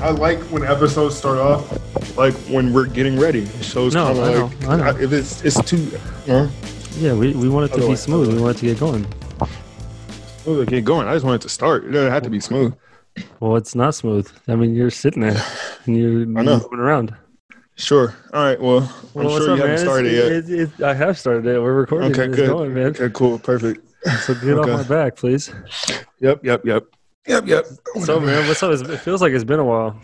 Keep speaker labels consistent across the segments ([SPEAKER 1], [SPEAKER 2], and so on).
[SPEAKER 1] I like when episodes start off like when we're getting ready. So it's
[SPEAKER 2] No,
[SPEAKER 1] kind
[SPEAKER 2] I know,
[SPEAKER 1] of like
[SPEAKER 2] I know.
[SPEAKER 1] I- if it's it's too. Huh?
[SPEAKER 2] Yeah, we, we want it to be
[SPEAKER 1] Otherwise-
[SPEAKER 2] smooth. We want it to get going.
[SPEAKER 1] Oh, get going. I just wanted to start. It doesn't have to be smooth.
[SPEAKER 2] Well, it's not smooth. I mean, you're sitting there and you're
[SPEAKER 1] I know.
[SPEAKER 2] moving around.
[SPEAKER 1] Sure. All right. Well, I'm
[SPEAKER 2] Well, what's
[SPEAKER 1] sure
[SPEAKER 2] up,
[SPEAKER 1] you haven't
[SPEAKER 2] man? It's-
[SPEAKER 1] started
[SPEAKER 2] it-
[SPEAKER 1] yet.
[SPEAKER 2] it- it- I have started it. We're recording.
[SPEAKER 1] Okay,
[SPEAKER 2] it's
[SPEAKER 1] good.
[SPEAKER 2] going, man.
[SPEAKER 1] Okay. Cool. Perfect.
[SPEAKER 2] So get
[SPEAKER 1] Okay.
[SPEAKER 2] off my back, please.
[SPEAKER 1] Yep. Yep. Yep. Yep. Yep.
[SPEAKER 2] So, man, what's up? It's- It feels like it's been a while.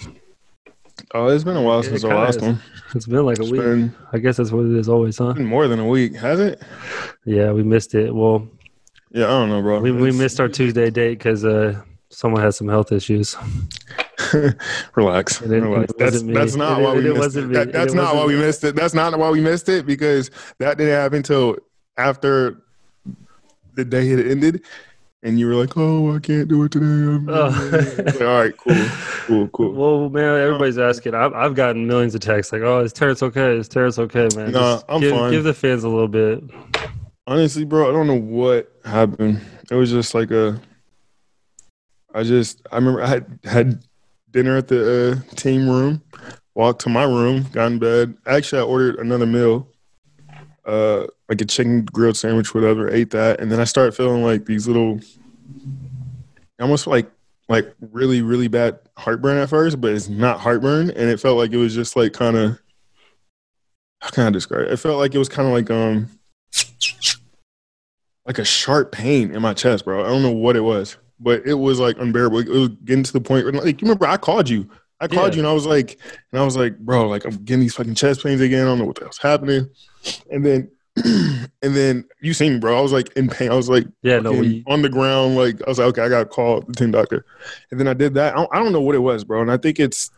[SPEAKER 1] Oh, it's been a while since the
[SPEAKER 2] kinda
[SPEAKER 1] last
[SPEAKER 2] is.
[SPEAKER 1] one.
[SPEAKER 2] It's been like a
[SPEAKER 1] It's
[SPEAKER 2] week.
[SPEAKER 1] been,
[SPEAKER 2] I guess that's what it is always, huh?
[SPEAKER 1] been more than a week, has it?
[SPEAKER 2] Yeah, we missed it. Well,
[SPEAKER 1] Yeah, I don't know, bro.
[SPEAKER 2] we, we
[SPEAKER 1] It's-
[SPEAKER 2] missed our Tuesday date because uh, someone had some health issues.
[SPEAKER 1] relax.
[SPEAKER 2] And it- and it
[SPEAKER 1] relax.
[SPEAKER 2] wasn't
[SPEAKER 1] That's
[SPEAKER 2] me.
[SPEAKER 1] that's not
[SPEAKER 2] And it-
[SPEAKER 1] why
[SPEAKER 2] and
[SPEAKER 1] we
[SPEAKER 2] it
[SPEAKER 1] missed
[SPEAKER 2] wasn't
[SPEAKER 1] it.
[SPEAKER 2] me.
[SPEAKER 1] That-
[SPEAKER 2] And
[SPEAKER 1] That's
[SPEAKER 2] it
[SPEAKER 1] not why
[SPEAKER 2] wasn't
[SPEAKER 1] we missed it. That's not why we missed it because that didn't happen until after the day had ended, and you were like, "Oh, I can't do it today." I'm-
[SPEAKER 2] Oh.
[SPEAKER 1] Like, All right, cool, cool, cool.
[SPEAKER 2] Well, man, everybody's asking. I've, I've gotten millions of texts like, "Oh, is Terrence okay? Is Terrence okay, man?"
[SPEAKER 1] Nah,
[SPEAKER 2] Just
[SPEAKER 1] I'm
[SPEAKER 2] give,
[SPEAKER 1] fine.
[SPEAKER 2] Give the fans a little bit.
[SPEAKER 1] Honestly, bro, I don't know what happened. It was just like a. I just I remember I had had dinner at the uh, team room, walked to my room, got in bed. Actually, I ordered another meal, uh, like a chicken grilled sandwich, whatever. Ate that, and then I started feeling like these little, almost like like really really bad heartburn at first, but it's not heartburn, and it felt like it was just like kind of. How can I describe it? It felt like it was kind of like um like a sharp pain in my chest, bro. I don't know what it was, but it was like unbearable. It was getting to the point where, like, you remember I called you. I called
[SPEAKER 2] Yeah.
[SPEAKER 1] you and I was like, and I was like, bro, like I'm getting these fucking chest pains again. I don't know what the hell's happening. And then, and then you seen me, bro. I was like in pain. I was like
[SPEAKER 2] Yeah, no,
[SPEAKER 1] fucking
[SPEAKER 2] we.
[SPEAKER 1] on the ground. Like I was like, okay, I got to call the team doctor. And then I did that. I don't, I don't know what it was, bro. And I think it's,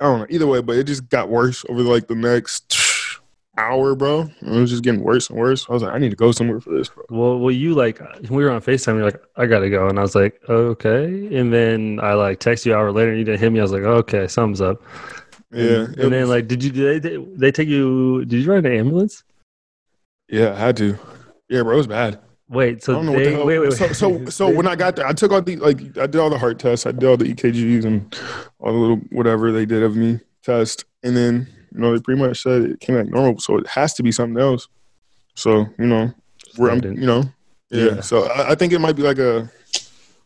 [SPEAKER 1] I don't know either way, but it just got worse over like the next hour, bro. It was just getting worse and worse. I was like, I need to go somewhere for this, bro.
[SPEAKER 2] Well, well, you like we were on Facetime. You're like, I gotta go, and I was like, okay. And then I like text you an hour later, and you didn't hit me. I was like, okay, something's up. And-
[SPEAKER 1] Yeah.
[SPEAKER 2] And,
[SPEAKER 1] it
[SPEAKER 2] then like, did you did they, they take you? Did you ride an ambulance?
[SPEAKER 1] Yeah, I had to. Yeah, bro, it was bad.
[SPEAKER 2] Wait,
[SPEAKER 1] I
[SPEAKER 2] so
[SPEAKER 1] don't know
[SPEAKER 2] they
[SPEAKER 1] what the hell.
[SPEAKER 2] wait, wait, wait.
[SPEAKER 1] So, so, so
[SPEAKER 2] They-
[SPEAKER 1] when I got there, I took all the like, I did all the heart tests, I did all the EKGs and all the little whatever they did of me test, and then you know they pretty much said it came back normal, so it has to be something else. So you know, where I'm,
[SPEAKER 2] Didn't-
[SPEAKER 1] you know, yeah.
[SPEAKER 2] Yeah.
[SPEAKER 1] So I, I think it might be like a,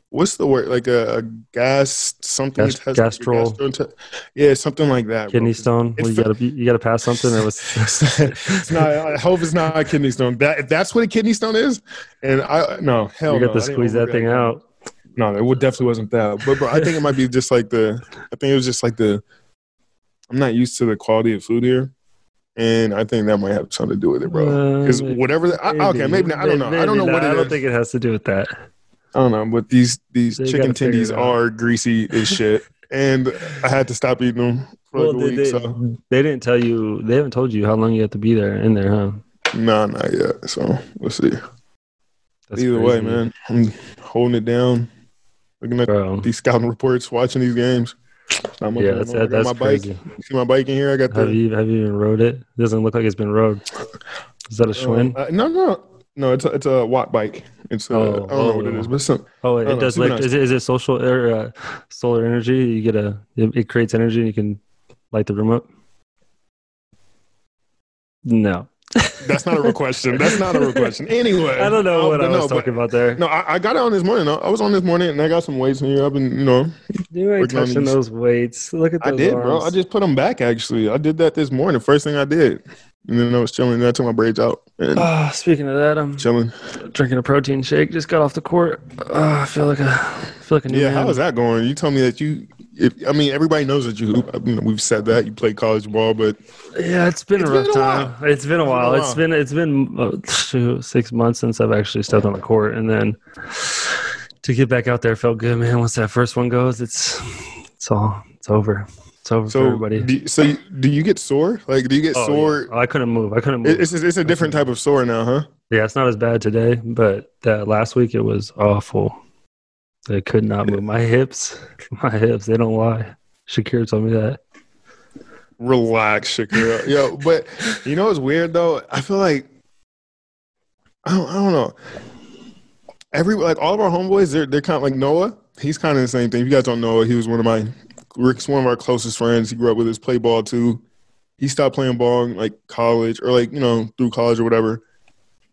[SPEAKER 1] what's the word? Like a, a gas something
[SPEAKER 2] Gas-
[SPEAKER 1] test, like a
[SPEAKER 2] gastro-
[SPEAKER 1] gastro te- yeah, something like that. bro.
[SPEAKER 2] kidney stone.
[SPEAKER 1] It
[SPEAKER 2] Well, you
[SPEAKER 1] fe-
[SPEAKER 2] gotta be- you gotta pass something. Or was
[SPEAKER 1] it's not. I hope it's not a kidney stone. That if that's what a kidney stone is, and I no hell.
[SPEAKER 2] you
[SPEAKER 1] no,
[SPEAKER 2] got to
[SPEAKER 1] I didn't
[SPEAKER 2] squeeze that
[SPEAKER 1] overreact.
[SPEAKER 2] thing out.
[SPEAKER 1] No, it wa- definitely wasn't that. But bro, I think it might be just like the. I think it was just like the. I'm not used to the quality of food here, and I think that might have something to do with it, bro.
[SPEAKER 2] Uh,
[SPEAKER 1] Because whatever. The, I, okay, maybe not, I don't know. I don't know
[SPEAKER 2] Maybe
[SPEAKER 1] what
[SPEAKER 2] not.
[SPEAKER 1] it
[SPEAKER 2] I don't
[SPEAKER 1] is.
[SPEAKER 2] think it has to do with that.
[SPEAKER 1] I don't know, but these these
[SPEAKER 2] They
[SPEAKER 1] chicken
[SPEAKER 2] gotta figure it
[SPEAKER 1] tendies
[SPEAKER 2] out.
[SPEAKER 1] are greasy as shit, and I had to stop eating them for
[SPEAKER 2] Well,
[SPEAKER 1] like a week.
[SPEAKER 2] they, they,
[SPEAKER 1] so
[SPEAKER 2] they didn't tell you. They haven't told you how long you have to be there in there, huh?
[SPEAKER 1] nah, not yet. So we'll see. Either way,
[SPEAKER 2] crazy,
[SPEAKER 1] man, I'm holding it down. Looking at
[SPEAKER 2] Bro.
[SPEAKER 1] these scouting reports, watching these games. Not much
[SPEAKER 2] Yeah,
[SPEAKER 1] going
[SPEAKER 2] that's,
[SPEAKER 1] on. I
[SPEAKER 2] that,
[SPEAKER 1] got
[SPEAKER 2] that's
[SPEAKER 1] my
[SPEAKER 2] crazy.
[SPEAKER 1] bike. See my bike in here. I got
[SPEAKER 2] Have
[SPEAKER 1] the.
[SPEAKER 2] you have you even rode it? It doesn't look like it's been rode. Is that a Schwinn?
[SPEAKER 1] Uh, no, no, no. It's a, it's a watt bike. It's a, I
[SPEAKER 2] Oh,
[SPEAKER 1] don't know what it
[SPEAKER 2] oh.
[SPEAKER 1] is, but it's some,
[SPEAKER 2] oh,
[SPEAKER 1] no,
[SPEAKER 2] it
[SPEAKER 1] no,
[SPEAKER 2] does.
[SPEAKER 1] super
[SPEAKER 2] Like,
[SPEAKER 1] nice.
[SPEAKER 2] is, it, is it social or uh, solar energy? You get a it, it creates energy. and You can light the room up. No,
[SPEAKER 1] that's not a real question. That's not a real question. Anyway,
[SPEAKER 2] I don't know
[SPEAKER 1] Oh,
[SPEAKER 2] what
[SPEAKER 1] but
[SPEAKER 2] I was
[SPEAKER 1] no, but-
[SPEAKER 2] talking about there.
[SPEAKER 1] No, I, I got it on this morning. I was on this morning, and I got some weights in here. I've been, you know,
[SPEAKER 2] you ain't
[SPEAKER 1] working on
[SPEAKER 2] touching
[SPEAKER 1] these-
[SPEAKER 2] those weights. Look at
[SPEAKER 1] I
[SPEAKER 2] those
[SPEAKER 1] did, bro.
[SPEAKER 2] arms.
[SPEAKER 1] I just put them back. Actually, I did that this morning. First thing I did, and then I was chilling. And I took my braids out and
[SPEAKER 2] Ah, speaking of that, I'm
[SPEAKER 1] chilling.
[SPEAKER 2] drinking a protein shake. Just got off the court. Ah, I feel like a feel like a new
[SPEAKER 1] Yeah,
[SPEAKER 2] man.
[SPEAKER 1] how is that going? You tell me that you. If, I mean, everybody knows that you. I mean, we've said that you play college ball, but
[SPEAKER 2] Yeah, it's been
[SPEAKER 1] It's
[SPEAKER 2] a rough
[SPEAKER 1] been a while.
[SPEAKER 2] time. It's been a while. It's been it's been uh, shoot, six months since I've actually stepped on the court, and then to get back out there felt good, man. Once that first one goes, it's it's all it's over. It's over for
[SPEAKER 1] so
[SPEAKER 2] everybody.
[SPEAKER 1] do, so you- do you get sore? Like, do you get
[SPEAKER 2] Oh,
[SPEAKER 1] sore?
[SPEAKER 2] yeah. I couldn't move. I couldn't move.
[SPEAKER 1] It- It's a, it's a different type of sore now, huh?
[SPEAKER 2] yeah, it's not as bad today, but that last week it was awful. I could not move my hips. My hips, they don't lie. Shakir told me that.
[SPEAKER 1] Relax, Shakira. Yo, but you know what's weird though? I feel like I don't, I don't know. Every like all of our homeboys, they're they're kind of like Noah. He's kind of the same thing. If you guys don't know, he was one of my Rick's one of our closest friends. He grew up with us, play ball too. He stopped playing ball in like college or like, you know, through college or whatever.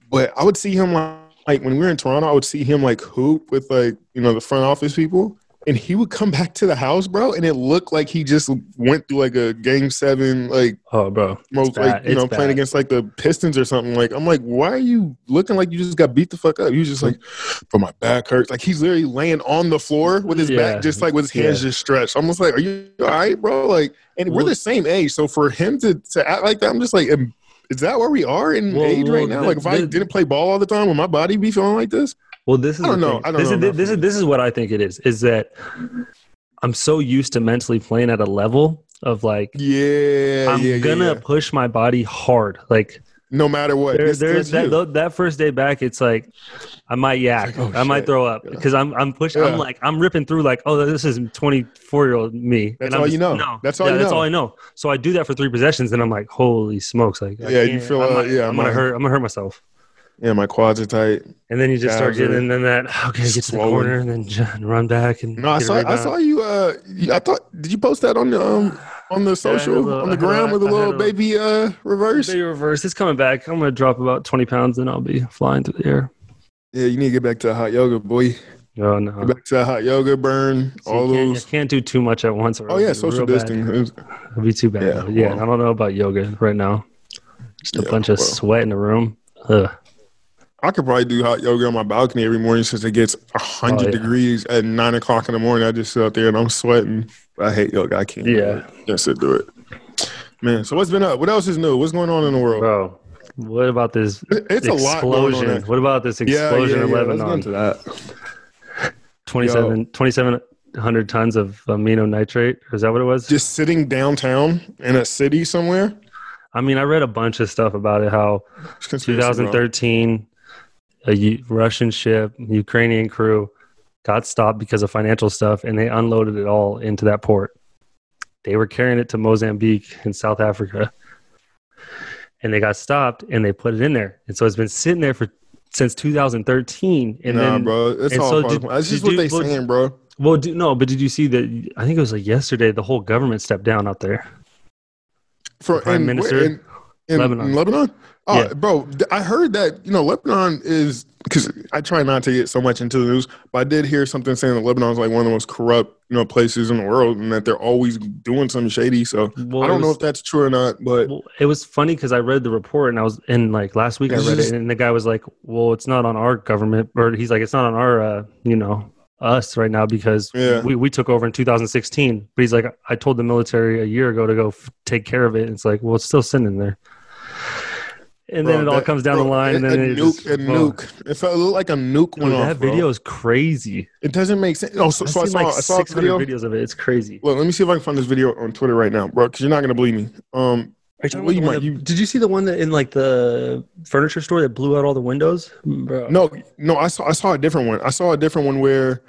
[SPEAKER 1] But I would see him like, like when we were in Toronto, I would see him like hoop with like, you know, the front office people. And he would come back to the house, bro, and it looked like he just went through like a game seven, like
[SPEAKER 2] Oh, bro. It's
[SPEAKER 1] most
[SPEAKER 2] bad.
[SPEAKER 1] like you
[SPEAKER 2] It's
[SPEAKER 1] know playing
[SPEAKER 2] bad.
[SPEAKER 1] against like the Pistons or something. Like I'm like, why are you looking like you just got beat the fuck up? You just like, but my back hurts. Like he's literally laying on the floor with his
[SPEAKER 2] Yeah.
[SPEAKER 1] back just like with his hands just stretched. I'm just like, are you all right, bro? Like, and we're
[SPEAKER 2] Well-
[SPEAKER 1] the same age, so for him to to act like that, I'm just like. am- Is that where we are in
[SPEAKER 2] Well,
[SPEAKER 1] age
[SPEAKER 2] well,
[SPEAKER 1] right now?
[SPEAKER 2] the-
[SPEAKER 1] like, if I
[SPEAKER 2] the-
[SPEAKER 1] didn't play ball all the time, would my body be feeling like this?
[SPEAKER 2] Well, this is
[SPEAKER 1] I don't
[SPEAKER 2] the
[SPEAKER 1] know.
[SPEAKER 2] thing.
[SPEAKER 1] I don't
[SPEAKER 2] this
[SPEAKER 1] know
[SPEAKER 2] Is,
[SPEAKER 1] enough
[SPEAKER 2] this is this is what I think it is. Is that I'm so used to mentally playing at a level of like
[SPEAKER 1] Yeah,
[SPEAKER 2] I'm
[SPEAKER 1] yeah, yeah,
[SPEAKER 2] gonna
[SPEAKER 1] yeah.
[SPEAKER 2] push my body hard. Like
[SPEAKER 1] No matter what,
[SPEAKER 2] there,
[SPEAKER 1] This-
[SPEAKER 2] there's
[SPEAKER 1] that's
[SPEAKER 2] that
[SPEAKER 1] you.
[SPEAKER 2] tho- that first day back, it's like I might yak,
[SPEAKER 1] It's like, oh,
[SPEAKER 2] I might
[SPEAKER 1] shit.
[SPEAKER 2] throw up
[SPEAKER 1] Yeah.
[SPEAKER 2] because I'm I'm pushing.
[SPEAKER 1] Yeah.
[SPEAKER 2] I'm like I'm ripping through. Like oh, this is 24 year old me.
[SPEAKER 1] That's
[SPEAKER 2] I'm
[SPEAKER 1] all you know.
[SPEAKER 2] No,
[SPEAKER 1] That's all
[SPEAKER 2] yeah,
[SPEAKER 1] you
[SPEAKER 2] that's
[SPEAKER 1] know.
[SPEAKER 2] all I know. So I do that for three possessions, and I'm like, holy smokes! Like I
[SPEAKER 1] Yeah, you
[SPEAKER 2] can't-
[SPEAKER 1] feel,
[SPEAKER 2] I
[SPEAKER 1] uh,
[SPEAKER 2] might-
[SPEAKER 1] yeah,
[SPEAKER 2] I'm gonna
[SPEAKER 1] mine-
[SPEAKER 2] hurt. I'm gonna hurt myself.
[SPEAKER 1] Yeah, my quads are tight.
[SPEAKER 2] And then you just start
[SPEAKER 1] Calves
[SPEAKER 2] getting
[SPEAKER 1] are
[SPEAKER 2] and then that okay, get to the
[SPEAKER 1] swollen.
[SPEAKER 2] corner and then j- and run back and
[SPEAKER 1] No, I
[SPEAKER 2] get a
[SPEAKER 1] saw. I
[SPEAKER 2] rebound.
[SPEAKER 1] saw you. Uh, you- I thought. Did you post that on the um on the
[SPEAKER 2] had a
[SPEAKER 1] social
[SPEAKER 2] little-
[SPEAKER 1] on the
[SPEAKER 2] I had a-
[SPEAKER 1] gram with a
[SPEAKER 2] I had a
[SPEAKER 1] little
[SPEAKER 2] little-
[SPEAKER 1] baby uh reverse?
[SPEAKER 2] They reverse. It's coming back. I'm gonna drop about 20 pounds and I'll be flying through the air.
[SPEAKER 1] Yeah, you need to get back to the hot yoga, boy.
[SPEAKER 2] Oh no.
[SPEAKER 1] Get back to the hot yoga, burn
[SPEAKER 2] So
[SPEAKER 1] all
[SPEAKER 2] you, can't, you
[SPEAKER 1] those.
[SPEAKER 2] can't do too much at once. Or
[SPEAKER 1] Oh
[SPEAKER 2] it'll
[SPEAKER 1] yeah,
[SPEAKER 2] be
[SPEAKER 1] social
[SPEAKER 2] real bad.
[SPEAKER 1] distancing.
[SPEAKER 2] It'll be too bad.
[SPEAKER 1] Yeah,
[SPEAKER 2] Yeah, yeah
[SPEAKER 1] well.
[SPEAKER 2] I don't know about yoga right now. Just a
[SPEAKER 1] Yeah,
[SPEAKER 2] bunch of
[SPEAKER 1] well.
[SPEAKER 2] sweat in the room. Ugh.
[SPEAKER 1] I could probably do hot yoga on my balcony every morning since it gets hundred
[SPEAKER 2] Oh, yeah.
[SPEAKER 1] degrees at nine o'clock in the morning. I just sit out there and I'm sweating. I hate yoga. I can't. do
[SPEAKER 2] Yeah.
[SPEAKER 1] it. Yes, I do it. Man, so what's been up? What else is new? What's going on in the world?
[SPEAKER 2] Bro, what about this
[SPEAKER 1] It- It's a lot going on.
[SPEAKER 2] explosion?
[SPEAKER 1] actually.
[SPEAKER 2] what about this
[SPEAKER 1] Yeah, yeah,
[SPEAKER 2] explosion
[SPEAKER 1] yeah.
[SPEAKER 2] in
[SPEAKER 1] Let's go
[SPEAKER 2] Lebanon?
[SPEAKER 1] into that.
[SPEAKER 2] 27 2700 tons of amino nitrate. Is that what it was?
[SPEAKER 1] Just sitting downtown in a city somewhere.
[SPEAKER 2] I mean, I read a bunch of stuff about it. How
[SPEAKER 1] It's conspiracy, bro.
[SPEAKER 2] 2013, a U- Russian ship, Ukrainian crew, got stopped because of financial stuff, and they unloaded it all into that port. They were carrying it to Mozambique in South Africa, and they got stopped and they put it in there, and so it's been sitting there for since 2013. And
[SPEAKER 1] nah,
[SPEAKER 2] then,
[SPEAKER 1] bro, that's
[SPEAKER 2] and
[SPEAKER 1] all.
[SPEAKER 2] so
[SPEAKER 1] part
[SPEAKER 2] did-
[SPEAKER 1] of- that's just
[SPEAKER 2] did
[SPEAKER 1] what they
[SPEAKER 2] you- well,
[SPEAKER 1] saying, bro.
[SPEAKER 2] well, do, no, but did you see that? I think it was like yesterday. The whole government stepped down out there.
[SPEAKER 1] For
[SPEAKER 2] Prime
[SPEAKER 1] and-
[SPEAKER 2] Minister,
[SPEAKER 1] in, in
[SPEAKER 2] Lebanon.
[SPEAKER 1] in Lebanon. Oh,
[SPEAKER 2] Yeah.
[SPEAKER 1] bro, th- I heard that you know Lebanon is because I try not to get so much into the news, but I did hear something saying that Lebanon is like one of the most corrupt you know places in the world, and that they're always doing something shady. So
[SPEAKER 2] Well,
[SPEAKER 1] I
[SPEAKER 2] it
[SPEAKER 1] don't know
[SPEAKER 2] was-
[SPEAKER 1] if that's true or not, but
[SPEAKER 2] Well, it was funny because I read the report and I was in like last week I
[SPEAKER 1] It's
[SPEAKER 2] read
[SPEAKER 1] just-
[SPEAKER 2] it and the guy was like, "Well, it's not on our government," or he's like, "It's not on our, uh, you know, us right now because
[SPEAKER 1] Yeah.
[SPEAKER 2] we we took over in 2016." But he's like, "I told the military a year ago to go f- take care of it." And it's like, well, it's still sitting there. And then it
[SPEAKER 1] bro,
[SPEAKER 2] all
[SPEAKER 1] that-
[SPEAKER 2] comes down
[SPEAKER 1] bro,
[SPEAKER 2] the line, and
[SPEAKER 1] a,
[SPEAKER 2] then
[SPEAKER 1] a
[SPEAKER 2] it
[SPEAKER 1] nuke,
[SPEAKER 2] just-
[SPEAKER 1] a
[SPEAKER 2] whoa.
[SPEAKER 1] nuke. It felt it looked like a nuke
[SPEAKER 2] Dude,
[SPEAKER 1] went
[SPEAKER 2] that
[SPEAKER 1] off. bro.
[SPEAKER 2] video is crazy.
[SPEAKER 1] It doesn't make sense. Oh, so,
[SPEAKER 2] I've
[SPEAKER 1] so I
[SPEAKER 2] seen
[SPEAKER 1] saw
[SPEAKER 2] like
[SPEAKER 1] I saw a
[SPEAKER 2] 600
[SPEAKER 1] video.
[SPEAKER 2] videos of it. It's crazy.
[SPEAKER 1] Look, let me see if I can find this video on Twitter right now, bro, because you're not gonna believe me. Um,
[SPEAKER 2] Are you talking
[SPEAKER 1] Well,
[SPEAKER 2] about
[SPEAKER 1] you
[SPEAKER 2] the one
[SPEAKER 1] might-
[SPEAKER 2] that-
[SPEAKER 1] you-
[SPEAKER 2] did you see the one that in like the furniture store that blew out all the windows? Bro.
[SPEAKER 1] No, no, I saw I saw a different one. I saw a different one where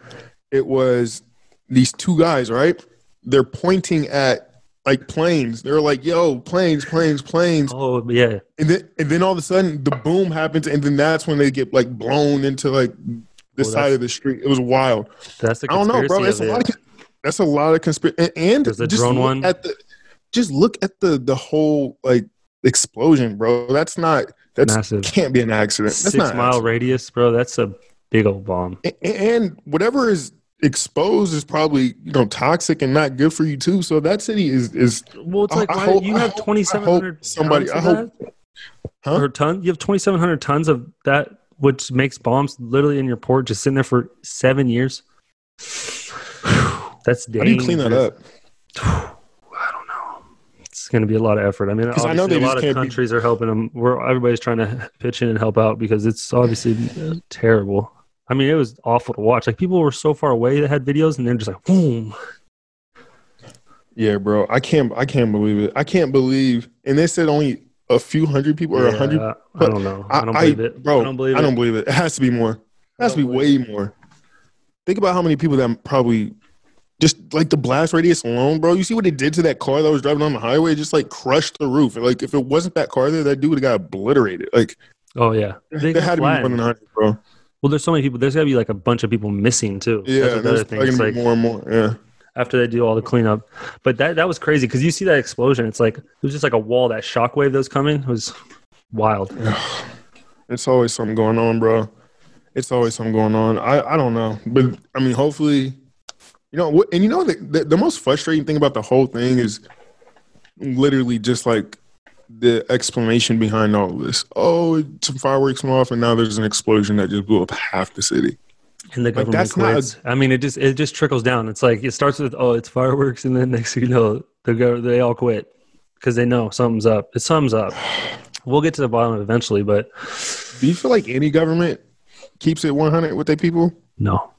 [SPEAKER 1] it was these two guys, right? They're pointing at like planes. They're like, "Yo, planes, planes, planes!"
[SPEAKER 2] Oh yeah.
[SPEAKER 1] And then and then all of a sudden, the boom happens, and then that's when they get like blown into like the
[SPEAKER 2] Well,
[SPEAKER 1] side
[SPEAKER 2] Oh, that's-
[SPEAKER 1] of the street. It was wild.
[SPEAKER 2] That's the
[SPEAKER 1] I don't
[SPEAKER 2] conspiracy
[SPEAKER 1] know, bro. That's a
[SPEAKER 2] of it.
[SPEAKER 1] lot. Of, con- that's a lot of conspiracy. And, and
[SPEAKER 2] There's a
[SPEAKER 1] just
[SPEAKER 2] drone
[SPEAKER 1] look
[SPEAKER 2] one.
[SPEAKER 1] At the, just look at the the whole like explosion, bro. That's not that's
[SPEAKER 2] Massive.
[SPEAKER 1] can't be an accident. That's
[SPEAKER 2] Six
[SPEAKER 1] not an
[SPEAKER 2] mile
[SPEAKER 1] accident.
[SPEAKER 2] radius, bro. That's a big old bomb.
[SPEAKER 1] A- and whatever is exposed is probably you know toxic and not good for you too. So that city is is
[SPEAKER 2] Well, it's
[SPEAKER 1] I-
[SPEAKER 2] like
[SPEAKER 1] I
[SPEAKER 2] why,
[SPEAKER 1] hope-
[SPEAKER 2] you
[SPEAKER 1] I
[SPEAKER 2] have
[SPEAKER 1] hope- I hope
[SPEAKER 2] twenty seven hundred.
[SPEAKER 1] somebody-
[SPEAKER 2] Tons of
[SPEAKER 1] I hope-
[SPEAKER 2] that?
[SPEAKER 1] Huh?
[SPEAKER 2] Or ton? You have twenty seven hundred tons of that, which makes bombs literally in your port, just sitting there for seven years. That's dangerous.
[SPEAKER 1] how do you clean that up?
[SPEAKER 2] It's going to be a lot of effort. I mean,
[SPEAKER 1] 'Cause
[SPEAKER 2] obviously,
[SPEAKER 1] I know they
[SPEAKER 2] a lot
[SPEAKER 1] just
[SPEAKER 2] of
[SPEAKER 1] can't be-
[SPEAKER 2] countries are helping them. We're everybody's trying to pitch in and help out because it's obviously uh, terrible. I mean, it was awful to watch. Like people were so far away that had videos, and they're just like, boom.
[SPEAKER 1] Yeah, bro. I can't I can't believe it. I can't believe. And they said only a few hundred people or a
[SPEAKER 2] Yeah,
[SPEAKER 1] hundred.
[SPEAKER 2] I don't know. I don't believe it.
[SPEAKER 1] bro.
[SPEAKER 2] I don't believe
[SPEAKER 1] I don't
[SPEAKER 2] it.
[SPEAKER 1] believe it. It has to be more. It
[SPEAKER 2] I
[SPEAKER 1] has to be
[SPEAKER 2] don't
[SPEAKER 1] way more. Think about how many people that probably just like the blast radius alone, bro. You see what it did to that car that was driving on the highway? It just like crushed the roof. Like if it wasn't that car there, that dude would have got obliterated. Like
[SPEAKER 2] Oh yeah,
[SPEAKER 1] they
[SPEAKER 2] got
[SPEAKER 1] had to be
[SPEAKER 2] flattened.
[SPEAKER 1] one hundred, bro.
[SPEAKER 2] Well, there's so many people. There's got to be like a bunch of people missing too.
[SPEAKER 1] Yeah,
[SPEAKER 2] that's another
[SPEAKER 1] there's
[SPEAKER 2] thing.
[SPEAKER 1] probably
[SPEAKER 2] It's
[SPEAKER 1] gonna be
[SPEAKER 2] like
[SPEAKER 1] more and more. Yeah,
[SPEAKER 2] after they do all the cleanup. But that that was crazy because you see that explosion. It's like it was just like a wall. That shockwave that was coming was wild.
[SPEAKER 1] It's always something going on, bro. It's always something going on. I, I don't know, but I mean, hopefully, you know. what- And you know, the, the the most frustrating thing about the whole thing is literally just like the explanation behind all of this. Oh, some fireworks went off, and now there's an explosion that just blew up half the city.
[SPEAKER 2] And the
[SPEAKER 1] Like,
[SPEAKER 2] government
[SPEAKER 1] that's not
[SPEAKER 2] quits. I mean, it just it just trickles down. It's like it starts with oh, it's fireworks, and then next thing you know, they go they all quit because they know something's up. It sums up. We'll get to the bottom of it eventually, but
[SPEAKER 1] Do you feel like any government keeps it 100 with their people?
[SPEAKER 2] no,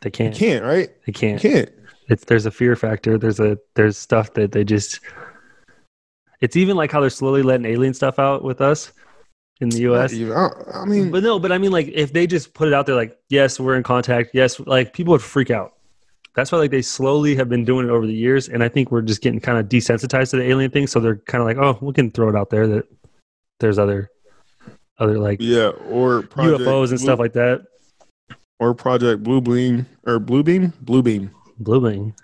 [SPEAKER 2] they
[SPEAKER 1] You
[SPEAKER 2] can't.
[SPEAKER 1] can't, right?
[SPEAKER 2] They
[SPEAKER 1] You
[SPEAKER 2] can't.
[SPEAKER 1] can't.
[SPEAKER 2] It's there's a fear factor. There's a there's stuff that they just. It's even like how they're slowly letting alien stuff out with us in the U.S.
[SPEAKER 1] Not even. I, I mean,
[SPEAKER 2] But no, but I mean, like, if they just put it out there, like, yes, we're in contact. Yes, like, people would freak out. That's why, like, they slowly have been doing it over the years, and I think we're just getting kind of desensitized to the alien thing. So they're kind of like, oh, we can throw it out there that there's other, other like
[SPEAKER 1] yeah, or Project
[SPEAKER 2] UFOs and
[SPEAKER 1] Blue-
[SPEAKER 2] stuff like that.
[SPEAKER 1] or Project Blue Beam or Blue Beam, Blue Beam,
[SPEAKER 2] Blooming.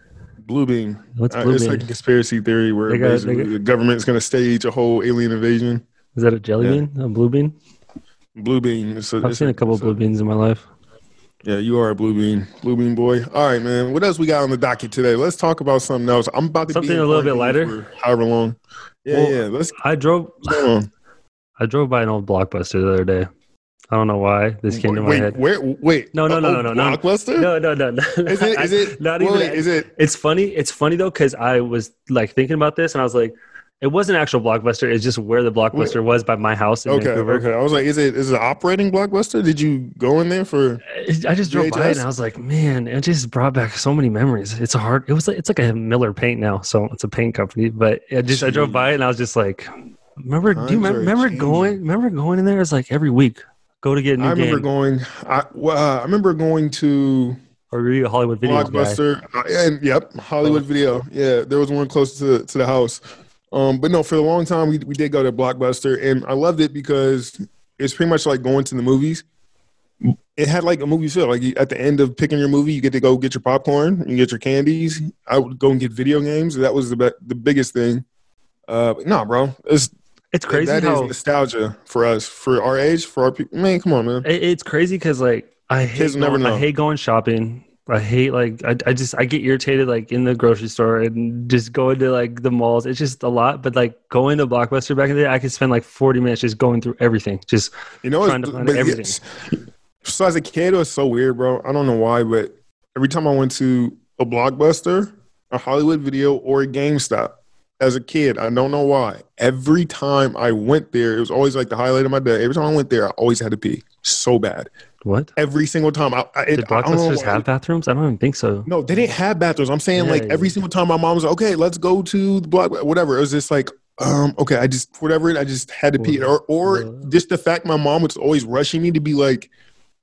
[SPEAKER 1] Blue Beam.
[SPEAKER 2] What's
[SPEAKER 1] Uh,
[SPEAKER 2] blooming?
[SPEAKER 1] it's like a conspiracy theory where
[SPEAKER 2] They got- they
[SPEAKER 1] basically
[SPEAKER 2] got-
[SPEAKER 1] the government's going to stage a whole alien invasion.
[SPEAKER 2] Is that a jelly
[SPEAKER 1] Yeah.
[SPEAKER 2] bean? A blue bean?
[SPEAKER 1] Blue Beam. It's
[SPEAKER 2] I've
[SPEAKER 1] it's
[SPEAKER 2] seen a couple
[SPEAKER 1] it's
[SPEAKER 2] blue beans in my life.
[SPEAKER 1] Yeah, you are a Blue Bean, Blue Bean boy. All right, man. What else we got on the docket today? Let's talk about something else. I'm about to
[SPEAKER 2] Something
[SPEAKER 1] be in
[SPEAKER 2] a little bit
[SPEAKER 1] quarantine
[SPEAKER 2] lighter?
[SPEAKER 1] for however long. Yeah,
[SPEAKER 2] Well-
[SPEAKER 1] yeah. Let's
[SPEAKER 2] I drove.
[SPEAKER 1] go on.
[SPEAKER 2] I drove by an old blockbuster the other day. I don't know why this came to my
[SPEAKER 1] wait,
[SPEAKER 2] head.
[SPEAKER 1] Where, wait.
[SPEAKER 2] No, no,
[SPEAKER 1] uh,
[SPEAKER 2] no,
[SPEAKER 1] oh,
[SPEAKER 2] no, no, no.
[SPEAKER 1] Blockbuster?
[SPEAKER 2] No, no, no, no.
[SPEAKER 1] Is it? Is it?
[SPEAKER 2] not
[SPEAKER 1] wait,
[SPEAKER 2] even?
[SPEAKER 1] Is it?
[SPEAKER 2] It's funny. It's funny though, because I was like thinking about this, and I was like, it wasn't actual blockbuster. It's just where the blockbuster was by my house in
[SPEAKER 1] Okay,
[SPEAKER 2] Vancouver.
[SPEAKER 1] okay. I was like, is it? Is it operating Blockbuster? Did you go in there for?
[SPEAKER 2] I just drove by it,
[SPEAKER 1] VHS?
[SPEAKER 2] and I was like, man, it just brought back so many memories. It's a hard. It was like it's like a Miller Paint now, so it's a paint company. But I just I drove by it, and I was just like, remember? do you
[SPEAKER 1] Times
[SPEAKER 2] remember,
[SPEAKER 1] are
[SPEAKER 2] remember
[SPEAKER 1] changing.
[SPEAKER 2] going? Remember going in there? It's like every week, go to get a new
[SPEAKER 1] I remember
[SPEAKER 2] game,
[SPEAKER 1] going. I well, uh, I remember going to
[SPEAKER 2] or were you a Hollywood video guy?
[SPEAKER 1] Blockbuster uh, and yep, Hollywood Video. Yeah, there was one close to to the house. Um, but no, for a long time we we did go to Blockbuster, and I loved it because it's pretty much like going to the movies. It had like a movie feel. Like you- at the end of picking your movie, you get to go get your popcorn and get your candies. I would go and get video games. That was the be- the biggest thing. Uh, but nah, bro, it's
[SPEAKER 2] It's crazy
[SPEAKER 1] That is
[SPEAKER 2] how
[SPEAKER 1] nostalgia for us, for our age, for our people. Man, come on, man.
[SPEAKER 2] It, it's crazy because like I hate
[SPEAKER 1] Kids never
[SPEAKER 2] going- I
[SPEAKER 1] know.
[SPEAKER 2] hate going shopping. I hate like I, I just I get irritated like in the grocery store and just going to like the malls. It's just a lot. But like going to Blockbuster back in the day, I could spend like forty minutes just going through everything. Just
[SPEAKER 1] You know, it's-
[SPEAKER 2] trying to find
[SPEAKER 1] but
[SPEAKER 2] everything.
[SPEAKER 1] it's- So as a kid, it was so weird, bro. I don't know why, but every time I went to a Blockbuster, a Hollywood Video, or a GameStop as a kid, I don't know why. Every time I went there, it was always like the highlight of my day. Every time I went there, I always had to pee so bad.
[SPEAKER 2] what
[SPEAKER 1] Every single time. I, I,
[SPEAKER 2] did
[SPEAKER 1] it, I don't know
[SPEAKER 2] Blockbusters
[SPEAKER 1] why.
[SPEAKER 2] have bathrooms? I don't even think so.
[SPEAKER 1] No, they didn't have bathrooms. I'm saying
[SPEAKER 2] Yeah,
[SPEAKER 1] like every
[SPEAKER 2] yeah.
[SPEAKER 1] single time my mom was like, okay, let's go to the block, whatever. It was just like, um, okay, I just whatever, I just had to pee, or or
[SPEAKER 2] Well-
[SPEAKER 1] just the fact my mom was always rushing me to be like,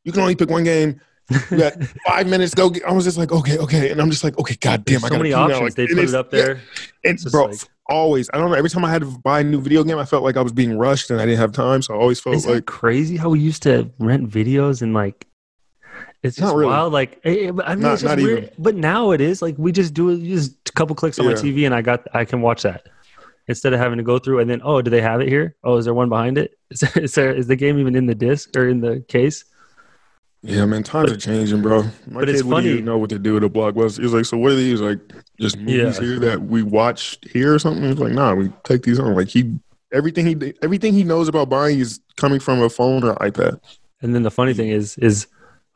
[SPEAKER 1] you can only pick one game. You got five minutes. Go. Get, I was just like, okay, okay, and I'm just like, okay, goddamn,
[SPEAKER 2] There's
[SPEAKER 1] I
[SPEAKER 2] so
[SPEAKER 1] gotta
[SPEAKER 2] many
[SPEAKER 1] pee now.
[SPEAKER 2] options.
[SPEAKER 1] Like,
[SPEAKER 2] they
[SPEAKER 1] and
[SPEAKER 2] put
[SPEAKER 1] it's-
[SPEAKER 2] it up
[SPEAKER 1] yeah,
[SPEAKER 2] there.
[SPEAKER 1] and
[SPEAKER 2] It's just
[SPEAKER 1] bro,
[SPEAKER 2] like-
[SPEAKER 1] always. I don't know. Every time I had to buy a new video game, I felt like I was being rushed and I didn't have time. So I always felt
[SPEAKER 2] Isn't it
[SPEAKER 1] like
[SPEAKER 2] crazy how we used to rent videos and like it's
[SPEAKER 1] Not
[SPEAKER 2] just
[SPEAKER 1] really.
[SPEAKER 2] wild. Like eh, eh, but I mean,
[SPEAKER 1] Not-
[SPEAKER 2] it's just
[SPEAKER 1] not
[SPEAKER 2] weird.
[SPEAKER 1] even.
[SPEAKER 2] But now it is like we just do it. You just a couple clicks on my
[SPEAKER 1] Yeah.
[SPEAKER 2] TV and I got I can watch that instead of having to go through and then oh do they have it here? Oh is there one behind it? Is there, is there is the game even in the disc or in the case?
[SPEAKER 1] Yeah, man, times are changing, bro. My
[SPEAKER 2] but
[SPEAKER 1] kid
[SPEAKER 2] it's
[SPEAKER 1] wouldn't even
[SPEAKER 2] funny-
[SPEAKER 1] know what to do with a blockbuster. He's like, so what are these like? Just movies
[SPEAKER 2] Yeah.
[SPEAKER 1] here that we watched here or something? He's like, nah, we take these on. Like he, everything he, did- everything he knows about buying is coming from a phone or iPad.
[SPEAKER 2] And then the funny thing is is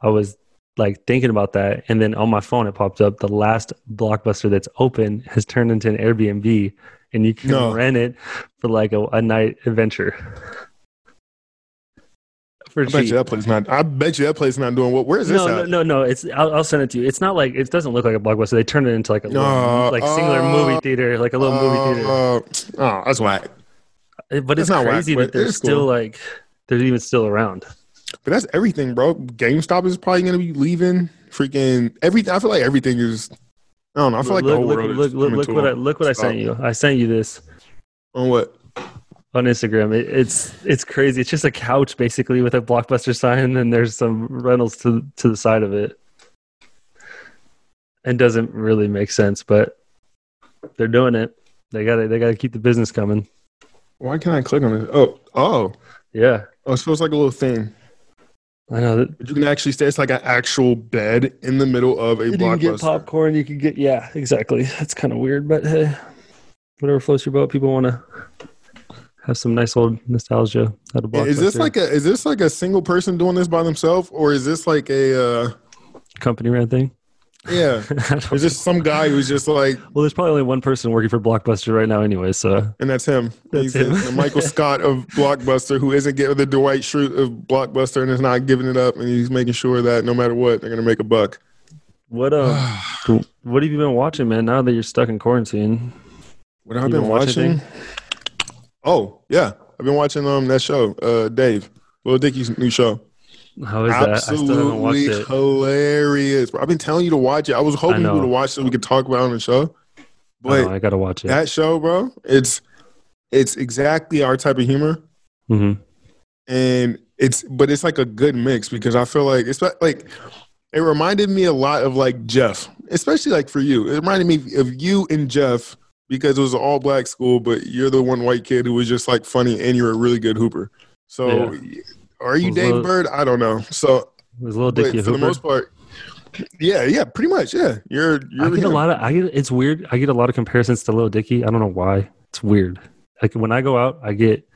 [SPEAKER 2] I was like thinking about that and then on my phone it popped up the last blockbuster that's open has turned into an Airbnb and you can
[SPEAKER 1] No.
[SPEAKER 2] rent it for like a, a night adventure. for
[SPEAKER 1] I bet
[SPEAKER 2] cheap.
[SPEAKER 1] you that place not. I bet you that place not doing what? Where is this
[SPEAKER 2] No, no,
[SPEAKER 1] at?
[SPEAKER 2] no, no. It's I'll, I'll send it to you. It's not like it doesn't look like a blockbuster. They turned it into like a little,
[SPEAKER 1] No,
[SPEAKER 2] like singular
[SPEAKER 1] uh,
[SPEAKER 2] movie theater, like a little movie theater.
[SPEAKER 1] Uh, oh, that's whack.
[SPEAKER 2] Uh, but it's
[SPEAKER 1] It's not whack,
[SPEAKER 2] crazy
[SPEAKER 1] but
[SPEAKER 2] that they're
[SPEAKER 1] it's
[SPEAKER 2] still
[SPEAKER 1] cool.
[SPEAKER 2] like they're even still around.
[SPEAKER 1] But that's everything, bro. GameStop is probably gonna be leaving. Freaking everything. I feel like everything is. I don't know. I feel like the
[SPEAKER 2] look,
[SPEAKER 1] whole
[SPEAKER 2] look,
[SPEAKER 1] world
[SPEAKER 2] look,
[SPEAKER 1] is
[SPEAKER 2] look,
[SPEAKER 1] coming
[SPEAKER 2] look
[SPEAKER 1] to
[SPEAKER 2] what
[SPEAKER 1] a-
[SPEAKER 2] I look what I sent you. I sent you this.
[SPEAKER 1] on what.
[SPEAKER 2] on Instagram. It, it's it's crazy. It's just a couch basically with a blockbuster sign, and then there's some rentals to to the side of it. and doesn't really make sense, but they're doing it. They got to they got to keep the business coming.
[SPEAKER 1] Why can't I click on it? Oh, oh,
[SPEAKER 2] Yeah,
[SPEAKER 1] oh! So it's like a little thing.
[SPEAKER 2] I know that.
[SPEAKER 1] But you can actually stay. It's like an actual bed in the middle of a
[SPEAKER 2] You can get
[SPEAKER 1] blockbuster.
[SPEAKER 2] popcorn. You can get yeah, exactly. That's kind of weird, but hey, whatever floats your boat. People want to have some nice old nostalgia at a blockbuster.
[SPEAKER 1] is this like a is this like a single person doing this by themselves, or is this like a uh,
[SPEAKER 2] company ran thing?
[SPEAKER 1] yeah?
[SPEAKER 2] I don't
[SPEAKER 1] Is this some guy who's just like,
[SPEAKER 2] Well, there's probably only one person working for Blockbuster right now, anyway. So
[SPEAKER 1] and that's him.
[SPEAKER 2] That's
[SPEAKER 1] He's the-
[SPEAKER 2] him.
[SPEAKER 1] the Michael Scott of Blockbuster, who isn't getting the Dwight Schrute of Blockbuster, and is not giving it up, and he's making sure that no matter what, they're gonna make a buck.
[SPEAKER 2] what um, what have you been watching, man? Now that you're stuck in quarantine,
[SPEAKER 1] What I've
[SPEAKER 2] You
[SPEAKER 1] been
[SPEAKER 2] been watching
[SPEAKER 1] watching? Oh yeah, I've been watching um that show, uh Dave, Little Dicky's new show.
[SPEAKER 2] how is that? I still haven't
[SPEAKER 1] Absolutely
[SPEAKER 2] watched it.
[SPEAKER 1] hilarious. bro. I've been telling you to watch it. I was hoping you
[SPEAKER 2] know.
[SPEAKER 1] would watch it so we could talk about it on the show.
[SPEAKER 2] I,
[SPEAKER 1] But
[SPEAKER 2] know, Oh, I gotta watch it.
[SPEAKER 1] that show, bro, it's it's exactly our type of humor,
[SPEAKER 2] hmm
[SPEAKER 1] and it's but it's like a good mix because I feel like it's not- like it reminded me a lot of like Jeff, especially like for you. It reminded me of you and Jeff because it was an all black school, but you're the one white kid who was just like funny and you're a really good hooper. So. Are you
[SPEAKER 2] Was
[SPEAKER 1] Dave
[SPEAKER 2] the-
[SPEAKER 1] Bird? I don't know. So
[SPEAKER 2] It was a little
[SPEAKER 1] but
[SPEAKER 2] Dickie
[SPEAKER 1] for
[SPEAKER 2] Hooper.
[SPEAKER 1] the most part, yeah, yeah, pretty much, yeah. You're,
[SPEAKER 2] I
[SPEAKER 1] you're
[SPEAKER 2] get a
[SPEAKER 1] him.
[SPEAKER 2] lot of I get it's weird. I get a lot of comparisons to Little Dicky. I don't know why. It's weird. Like when I go out, I get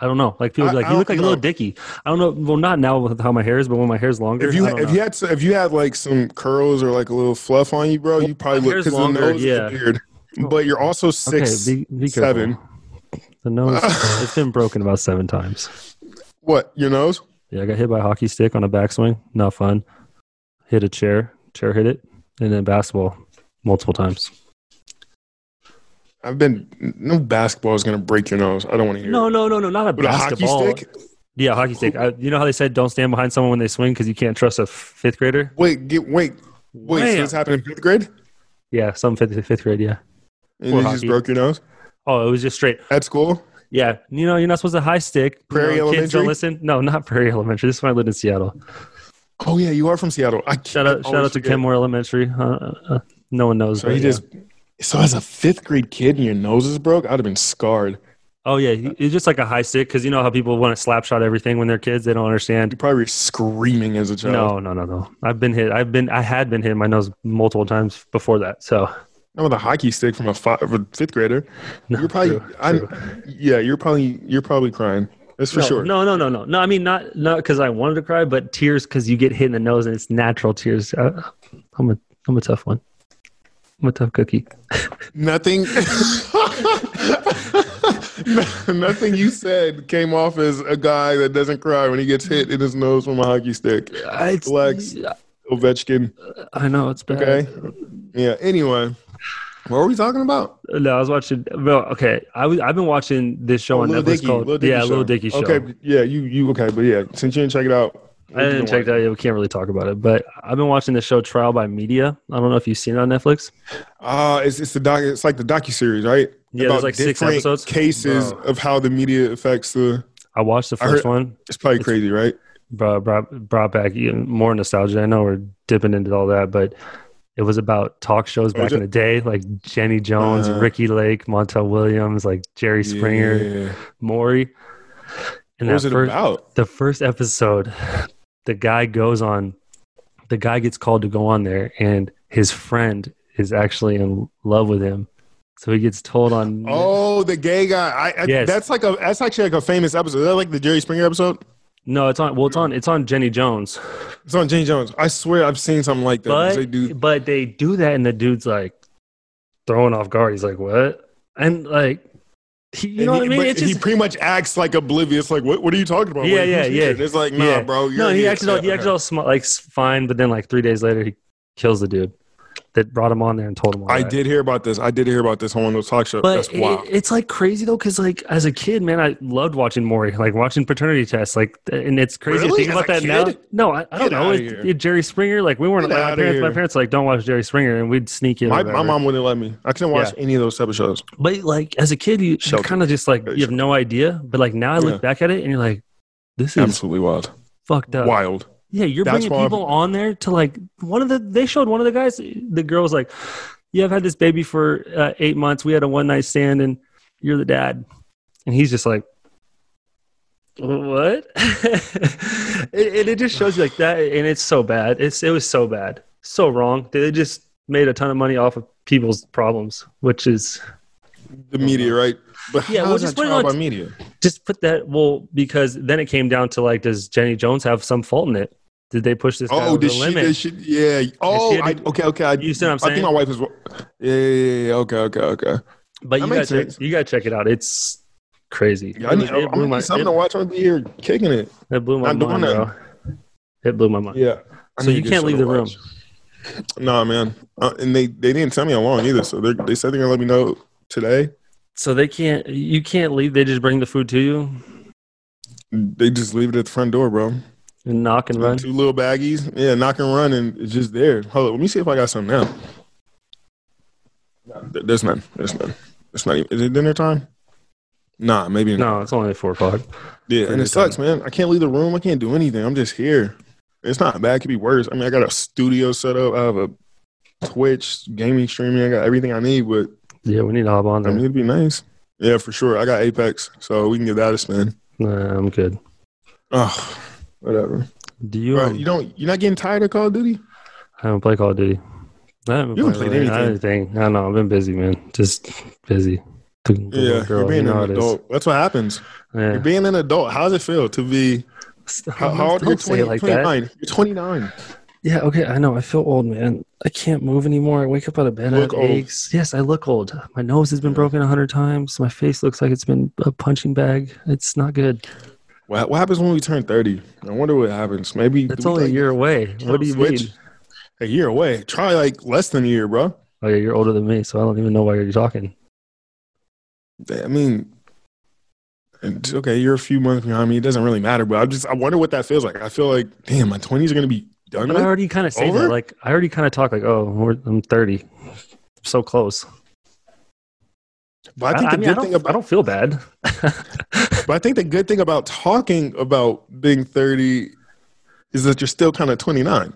[SPEAKER 2] I don't know. Like people
[SPEAKER 1] I-
[SPEAKER 2] be like,
[SPEAKER 1] I
[SPEAKER 2] you look
[SPEAKER 1] don't
[SPEAKER 2] like Little
[SPEAKER 1] know.
[SPEAKER 2] Dicky. I don't know. Well, not now with how my hair is, but when my hair's longer,
[SPEAKER 1] If you
[SPEAKER 2] I don't
[SPEAKER 1] if
[SPEAKER 2] know.
[SPEAKER 1] you had so- if you had like some curls or like a little fluff on you, bro, you probably look
[SPEAKER 2] hair's
[SPEAKER 1] because the
[SPEAKER 2] longer,
[SPEAKER 1] nose
[SPEAKER 2] yeah. Oh.
[SPEAKER 1] is weird. But you're also six.
[SPEAKER 2] okay, be, be careful.
[SPEAKER 1] seven.
[SPEAKER 2] The nose it's been broken about seven times.
[SPEAKER 1] what your nose?
[SPEAKER 2] Yeah, I got hit by a hockey stick on a backswing. Not fun. Hit a chair. Chair hit it, and then basketball multiple times.
[SPEAKER 1] I've been no basketball is gonna break your nose. I don't want to hear.
[SPEAKER 2] No,
[SPEAKER 1] it.
[SPEAKER 2] no, no, no, not a
[SPEAKER 1] With a hockey
[SPEAKER 2] basketball.
[SPEAKER 1] stick.
[SPEAKER 2] Yeah, hockey stick. I, you know how they said don't stand behind someone when they swing because you can't trust a f- fifth grader.
[SPEAKER 1] Wait, get wait, wait.
[SPEAKER 2] Wham!
[SPEAKER 1] So this happened in fifth grade,
[SPEAKER 2] yeah, some fifth fifth grade. Yeah.
[SPEAKER 1] and
[SPEAKER 2] Or
[SPEAKER 1] you just
[SPEAKER 2] hockey.
[SPEAKER 1] broke your nose
[SPEAKER 2] Oh, it was just straight.
[SPEAKER 1] at school.
[SPEAKER 2] Yeah, you know you're not supposed to high stick. You
[SPEAKER 1] Prairie
[SPEAKER 2] know, Kids
[SPEAKER 1] Elementary?
[SPEAKER 2] don't listen. No, not Prairie Elementary. This is when I lived in Seattle.
[SPEAKER 1] Oh yeah, you are from Seattle. I
[SPEAKER 2] Shout out, shout out to Kenmore Elementary. Uh, uh, no one knows.
[SPEAKER 1] So
[SPEAKER 2] but
[SPEAKER 1] he
[SPEAKER 2] yeah.
[SPEAKER 1] just so as a fifth grade kid and your nose is broke, I'd have been scarred.
[SPEAKER 2] Oh yeah, he- it's just like a high stick because you know how people want to slap shot everything when they're kids. They don't understand.
[SPEAKER 1] You probably were screaming as a child.
[SPEAKER 2] No, no, no, no. I've been hit. I've been. I had been hit in my nose multiple times before that. So
[SPEAKER 1] Not with a hockey stick from a, fi- from a fifth grader.
[SPEAKER 2] No,
[SPEAKER 1] you're probably,
[SPEAKER 2] true,
[SPEAKER 1] I, yeah, you're probably, you're probably crying. That's for
[SPEAKER 2] no,
[SPEAKER 1] sure.
[SPEAKER 2] No, no, no, no, no. I mean, not not because I wanted to cry, but tears because you get hit in the nose and it's natural tears. Uh, I'm a I'm a tough one. I'm a tough cookie.
[SPEAKER 1] Nothing, No- nothing you said came off as a guy that doesn't cry when he gets hit in his nose from a hockey stick.
[SPEAKER 2] I, it's,
[SPEAKER 1] Flex. Ovechkin.
[SPEAKER 2] I know it's bad.
[SPEAKER 1] Okay. Yeah. Anyway, what were we talking about?
[SPEAKER 2] No, I was watching. Well, okay, I was. I've been watching this show on
[SPEAKER 1] Oh, Lil
[SPEAKER 2] Oh, Netflix
[SPEAKER 1] Dicky,
[SPEAKER 2] called
[SPEAKER 1] Lil Dicky
[SPEAKER 2] Yeah,
[SPEAKER 1] show.
[SPEAKER 2] Little Dicky Show.
[SPEAKER 1] Okay. Yeah. You, you, okay. But yeah, since you didn't check it out,
[SPEAKER 2] I didn't check that. yet. We can't really talk about it, but I've been watching the show Trial by Media. I don't know if you've seen it on Netflix.
[SPEAKER 1] Uh, it's it's the doc. It's like the docu series, right?
[SPEAKER 2] Yeah, there's like six
[SPEAKER 1] different
[SPEAKER 2] episodes.
[SPEAKER 1] Cases
[SPEAKER 2] Bro.
[SPEAKER 1] of how the media affects the.
[SPEAKER 2] I watched the
[SPEAKER 1] I
[SPEAKER 2] first
[SPEAKER 1] heard-
[SPEAKER 2] one.
[SPEAKER 1] It's probably crazy, right?
[SPEAKER 2] brought brought, brought back even more nostalgia. I know we're dipping into all that, but it was about talk shows
[SPEAKER 1] Oh,
[SPEAKER 2] back
[SPEAKER 1] ju-
[SPEAKER 2] in the day, like Jenny Jones,
[SPEAKER 1] Uh-huh.
[SPEAKER 2] Ricky Lake, Montel Williams, like Jerry Springer,
[SPEAKER 1] Yeah.
[SPEAKER 2] Maury. And
[SPEAKER 1] What was
[SPEAKER 2] that
[SPEAKER 1] it
[SPEAKER 2] first,
[SPEAKER 1] about?
[SPEAKER 2] the first episode, the guy goes on, the guy gets called to go on there, and his friend is actually in love with him. So he gets told on.
[SPEAKER 1] Oh, the gay guy. I, I
[SPEAKER 2] Yes.
[SPEAKER 1] that's like a that's actually like a famous episode. Is that like the Jerry Springer episode?
[SPEAKER 2] No, it's on. Well, it's on. It's on Jenny Jones.
[SPEAKER 1] It's on Jane Jones. I swear I've seen something like that. 'cause
[SPEAKER 2] but
[SPEAKER 1] they do.
[SPEAKER 2] but they do that and the dude's like thrown off guard he's like what and like he, you know
[SPEAKER 1] and
[SPEAKER 2] what i
[SPEAKER 1] he,
[SPEAKER 2] mean
[SPEAKER 1] but
[SPEAKER 2] it's
[SPEAKER 1] he
[SPEAKER 2] just
[SPEAKER 1] pretty much acts like oblivious. Like, what? What are you talking about?
[SPEAKER 2] Yeah,
[SPEAKER 1] Wait,
[SPEAKER 2] yeah,
[SPEAKER 1] who's
[SPEAKER 2] yeah.
[SPEAKER 1] here? It's like, nah,
[SPEAKER 2] Yeah.
[SPEAKER 1] bro. You're
[SPEAKER 2] no he
[SPEAKER 1] here.
[SPEAKER 2] acted all
[SPEAKER 1] Yeah,
[SPEAKER 2] he acted
[SPEAKER 1] okay.
[SPEAKER 2] all smart like s- fine but then like three days later he kills the dude that brought him on there and told him all
[SPEAKER 1] I
[SPEAKER 2] that.
[SPEAKER 1] did hear about this. I did hear about this on one of those talk shows.
[SPEAKER 2] but
[SPEAKER 1] That's
[SPEAKER 2] it-
[SPEAKER 1] wild.
[SPEAKER 2] it's like crazy though because like as a kid man i loved watching maury like watching paternity tests like th- and it's crazy to
[SPEAKER 1] Really?
[SPEAKER 2] think
[SPEAKER 1] As
[SPEAKER 2] about
[SPEAKER 1] a
[SPEAKER 2] that now
[SPEAKER 1] kid?
[SPEAKER 2] no i, I don't
[SPEAKER 1] Get
[SPEAKER 2] know
[SPEAKER 1] outta
[SPEAKER 2] it,
[SPEAKER 1] here.
[SPEAKER 2] it- jerry springer like we weren't
[SPEAKER 1] Get
[SPEAKER 2] like, my
[SPEAKER 1] outta
[SPEAKER 2] parents my
[SPEAKER 1] here.
[SPEAKER 2] parents like don't watch jerry springer and we'd sneak in or
[SPEAKER 1] My, my
[SPEAKER 2] whatever.
[SPEAKER 1] mom wouldn't let me. I couldn't watch
[SPEAKER 2] Yeah.
[SPEAKER 1] any of those type of shows.
[SPEAKER 2] But like as a kid, you
[SPEAKER 1] Sheltered.
[SPEAKER 2] kind of just like
[SPEAKER 1] Very
[SPEAKER 2] you have no idea. But like now, I look
[SPEAKER 1] Yeah.
[SPEAKER 2] back at it and you're like, this is
[SPEAKER 1] Absolutely wild.
[SPEAKER 2] fucked up.
[SPEAKER 1] Wild.
[SPEAKER 2] Yeah, you're
[SPEAKER 1] That's
[SPEAKER 2] bringing
[SPEAKER 1] why-
[SPEAKER 2] people on there to like one of the. They showed one of the guys. The girl's like, "Yeah, I've had this baby for uh, eight months. We had a one night stand, and you're the dad." And he's just like, "What?" and, and it just shows you like that. And it's so bad. It's it was so bad, so wrong. They just made a ton of money off of people's problems, which is
[SPEAKER 1] The media, right? But
[SPEAKER 2] Yeah,
[SPEAKER 1] how
[SPEAKER 2] well,
[SPEAKER 1] is
[SPEAKER 2] just
[SPEAKER 1] that
[SPEAKER 2] put it
[SPEAKER 1] trial
[SPEAKER 2] on
[SPEAKER 1] by
[SPEAKER 2] t-
[SPEAKER 1] media?
[SPEAKER 2] just put that. Well, because then it came down to like, does Jenny Jones have some fault in it? Did they push this guy
[SPEAKER 1] Oh,
[SPEAKER 2] over
[SPEAKER 1] did
[SPEAKER 2] the
[SPEAKER 1] she,
[SPEAKER 2] limit?
[SPEAKER 1] did she? Yeah. Oh,
[SPEAKER 2] had
[SPEAKER 1] I,
[SPEAKER 2] to-
[SPEAKER 1] okay, okay. I,
[SPEAKER 2] You see what I'm
[SPEAKER 1] I
[SPEAKER 2] saying?
[SPEAKER 1] think my wife is. Yeah, yeah, yeah, yeah. Okay, okay, okay.
[SPEAKER 2] But
[SPEAKER 1] That
[SPEAKER 2] you gotta
[SPEAKER 1] makes
[SPEAKER 2] check,
[SPEAKER 1] sense.
[SPEAKER 2] you gotta check it out. It's crazy.
[SPEAKER 1] Yeah, I need,
[SPEAKER 2] It
[SPEAKER 1] I'm
[SPEAKER 2] blew
[SPEAKER 1] gonna
[SPEAKER 2] my-
[SPEAKER 1] need something
[SPEAKER 2] it-
[SPEAKER 1] to watch. I'm gonna be here kicking it.
[SPEAKER 2] it blew my
[SPEAKER 1] I'm doing
[SPEAKER 2] mind, bro. It blew my mind.
[SPEAKER 1] Yeah. I
[SPEAKER 2] So
[SPEAKER 1] need to
[SPEAKER 2] you
[SPEAKER 1] get
[SPEAKER 2] can't leave the
[SPEAKER 1] something to
[SPEAKER 2] room.
[SPEAKER 1] watch. Nah, man. Uh, and they they didn't tell me how long either. So they they said they're gonna let me know today.
[SPEAKER 2] So they can't. You can't leave. They just bring the food to you
[SPEAKER 1] They just leave it at the front door, bro.
[SPEAKER 2] and knock and run.
[SPEAKER 1] Two little baggies. Yeah, knock and run, and it's just there. Hold on, let me see if I got some now. Nah, th- There's none. There's none. It's not even. Is it dinner time? Nah, maybe not.
[SPEAKER 2] No, it's only four o'clock.
[SPEAKER 1] Yeah, and
[SPEAKER 2] Dinner
[SPEAKER 1] it sucks, man. I can't leave the room. I can't do anything. I'm just here. It's not bad. It could be worse. I mean, I got a studio set up. I have a Twitch gaming streaming. I got everything I need, but
[SPEAKER 2] Yeah, we need to hop on
[SPEAKER 1] I mean,
[SPEAKER 2] there.
[SPEAKER 1] it'd be nice. Yeah, for sure. I got Apex, so we can give that a spin.
[SPEAKER 2] Nah, I'm good.
[SPEAKER 1] Oh, whatever.
[SPEAKER 2] Do you?
[SPEAKER 1] Bro,
[SPEAKER 2] um,
[SPEAKER 1] you don't. You're not getting tired of Call of Duty?
[SPEAKER 2] I haven't played Call of Duty. I haven't
[SPEAKER 1] You haven't
[SPEAKER 2] played
[SPEAKER 1] played
[SPEAKER 2] really anything. I know. I've been busy, man. Just busy. The- the little
[SPEAKER 1] Yeah,
[SPEAKER 2] girl,
[SPEAKER 1] you're being
[SPEAKER 2] you know how
[SPEAKER 1] an
[SPEAKER 2] it is.
[SPEAKER 1] adult. That's what happens.
[SPEAKER 2] Yeah.
[SPEAKER 1] You're being an adult. How does it feel to be? How, how old?
[SPEAKER 2] Don't
[SPEAKER 1] You're
[SPEAKER 2] say
[SPEAKER 1] 20,
[SPEAKER 2] it like that.
[SPEAKER 1] 29. You're 29.
[SPEAKER 2] Yeah, okay, I know. I feel old, man. I can't move anymore. I wake up out of bed. I
[SPEAKER 1] Look
[SPEAKER 2] have
[SPEAKER 1] old.
[SPEAKER 2] aches. Yes, I look old. My nose has been
[SPEAKER 1] Yeah.
[SPEAKER 2] broken a hundred times. My face looks like it's been a punching bag. It's not good.
[SPEAKER 1] What, what happens when we turn 30? I wonder what happens. Maybe
[SPEAKER 2] It's
[SPEAKER 1] do we
[SPEAKER 2] only a
[SPEAKER 1] like
[SPEAKER 2] year away. What do you
[SPEAKER 1] switch?
[SPEAKER 2] mean?
[SPEAKER 1] A year away. Try like less than a year, bro.
[SPEAKER 2] Oh yeah, you're older than me, so I don't even know why you're talking.
[SPEAKER 1] I mean, it's okay, you're a few months behind me. It doesn't really matter, but I just I wonder what that feels like. I feel like, damn, my 20s are gonna be done
[SPEAKER 2] But I
[SPEAKER 1] with.
[SPEAKER 2] already kind of say
[SPEAKER 1] Over?
[SPEAKER 2] that. Like I already kind of talk like, oh, we're, I'm thirty, so close.
[SPEAKER 1] But I think the
[SPEAKER 2] mean,
[SPEAKER 1] good
[SPEAKER 2] don't,
[SPEAKER 1] thing
[SPEAKER 2] I
[SPEAKER 1] about
[SPEAKER 2] don't feel bad.
[SPEAKER 1] but I think the good thing about talking about being 30 is that you're still kind of 29,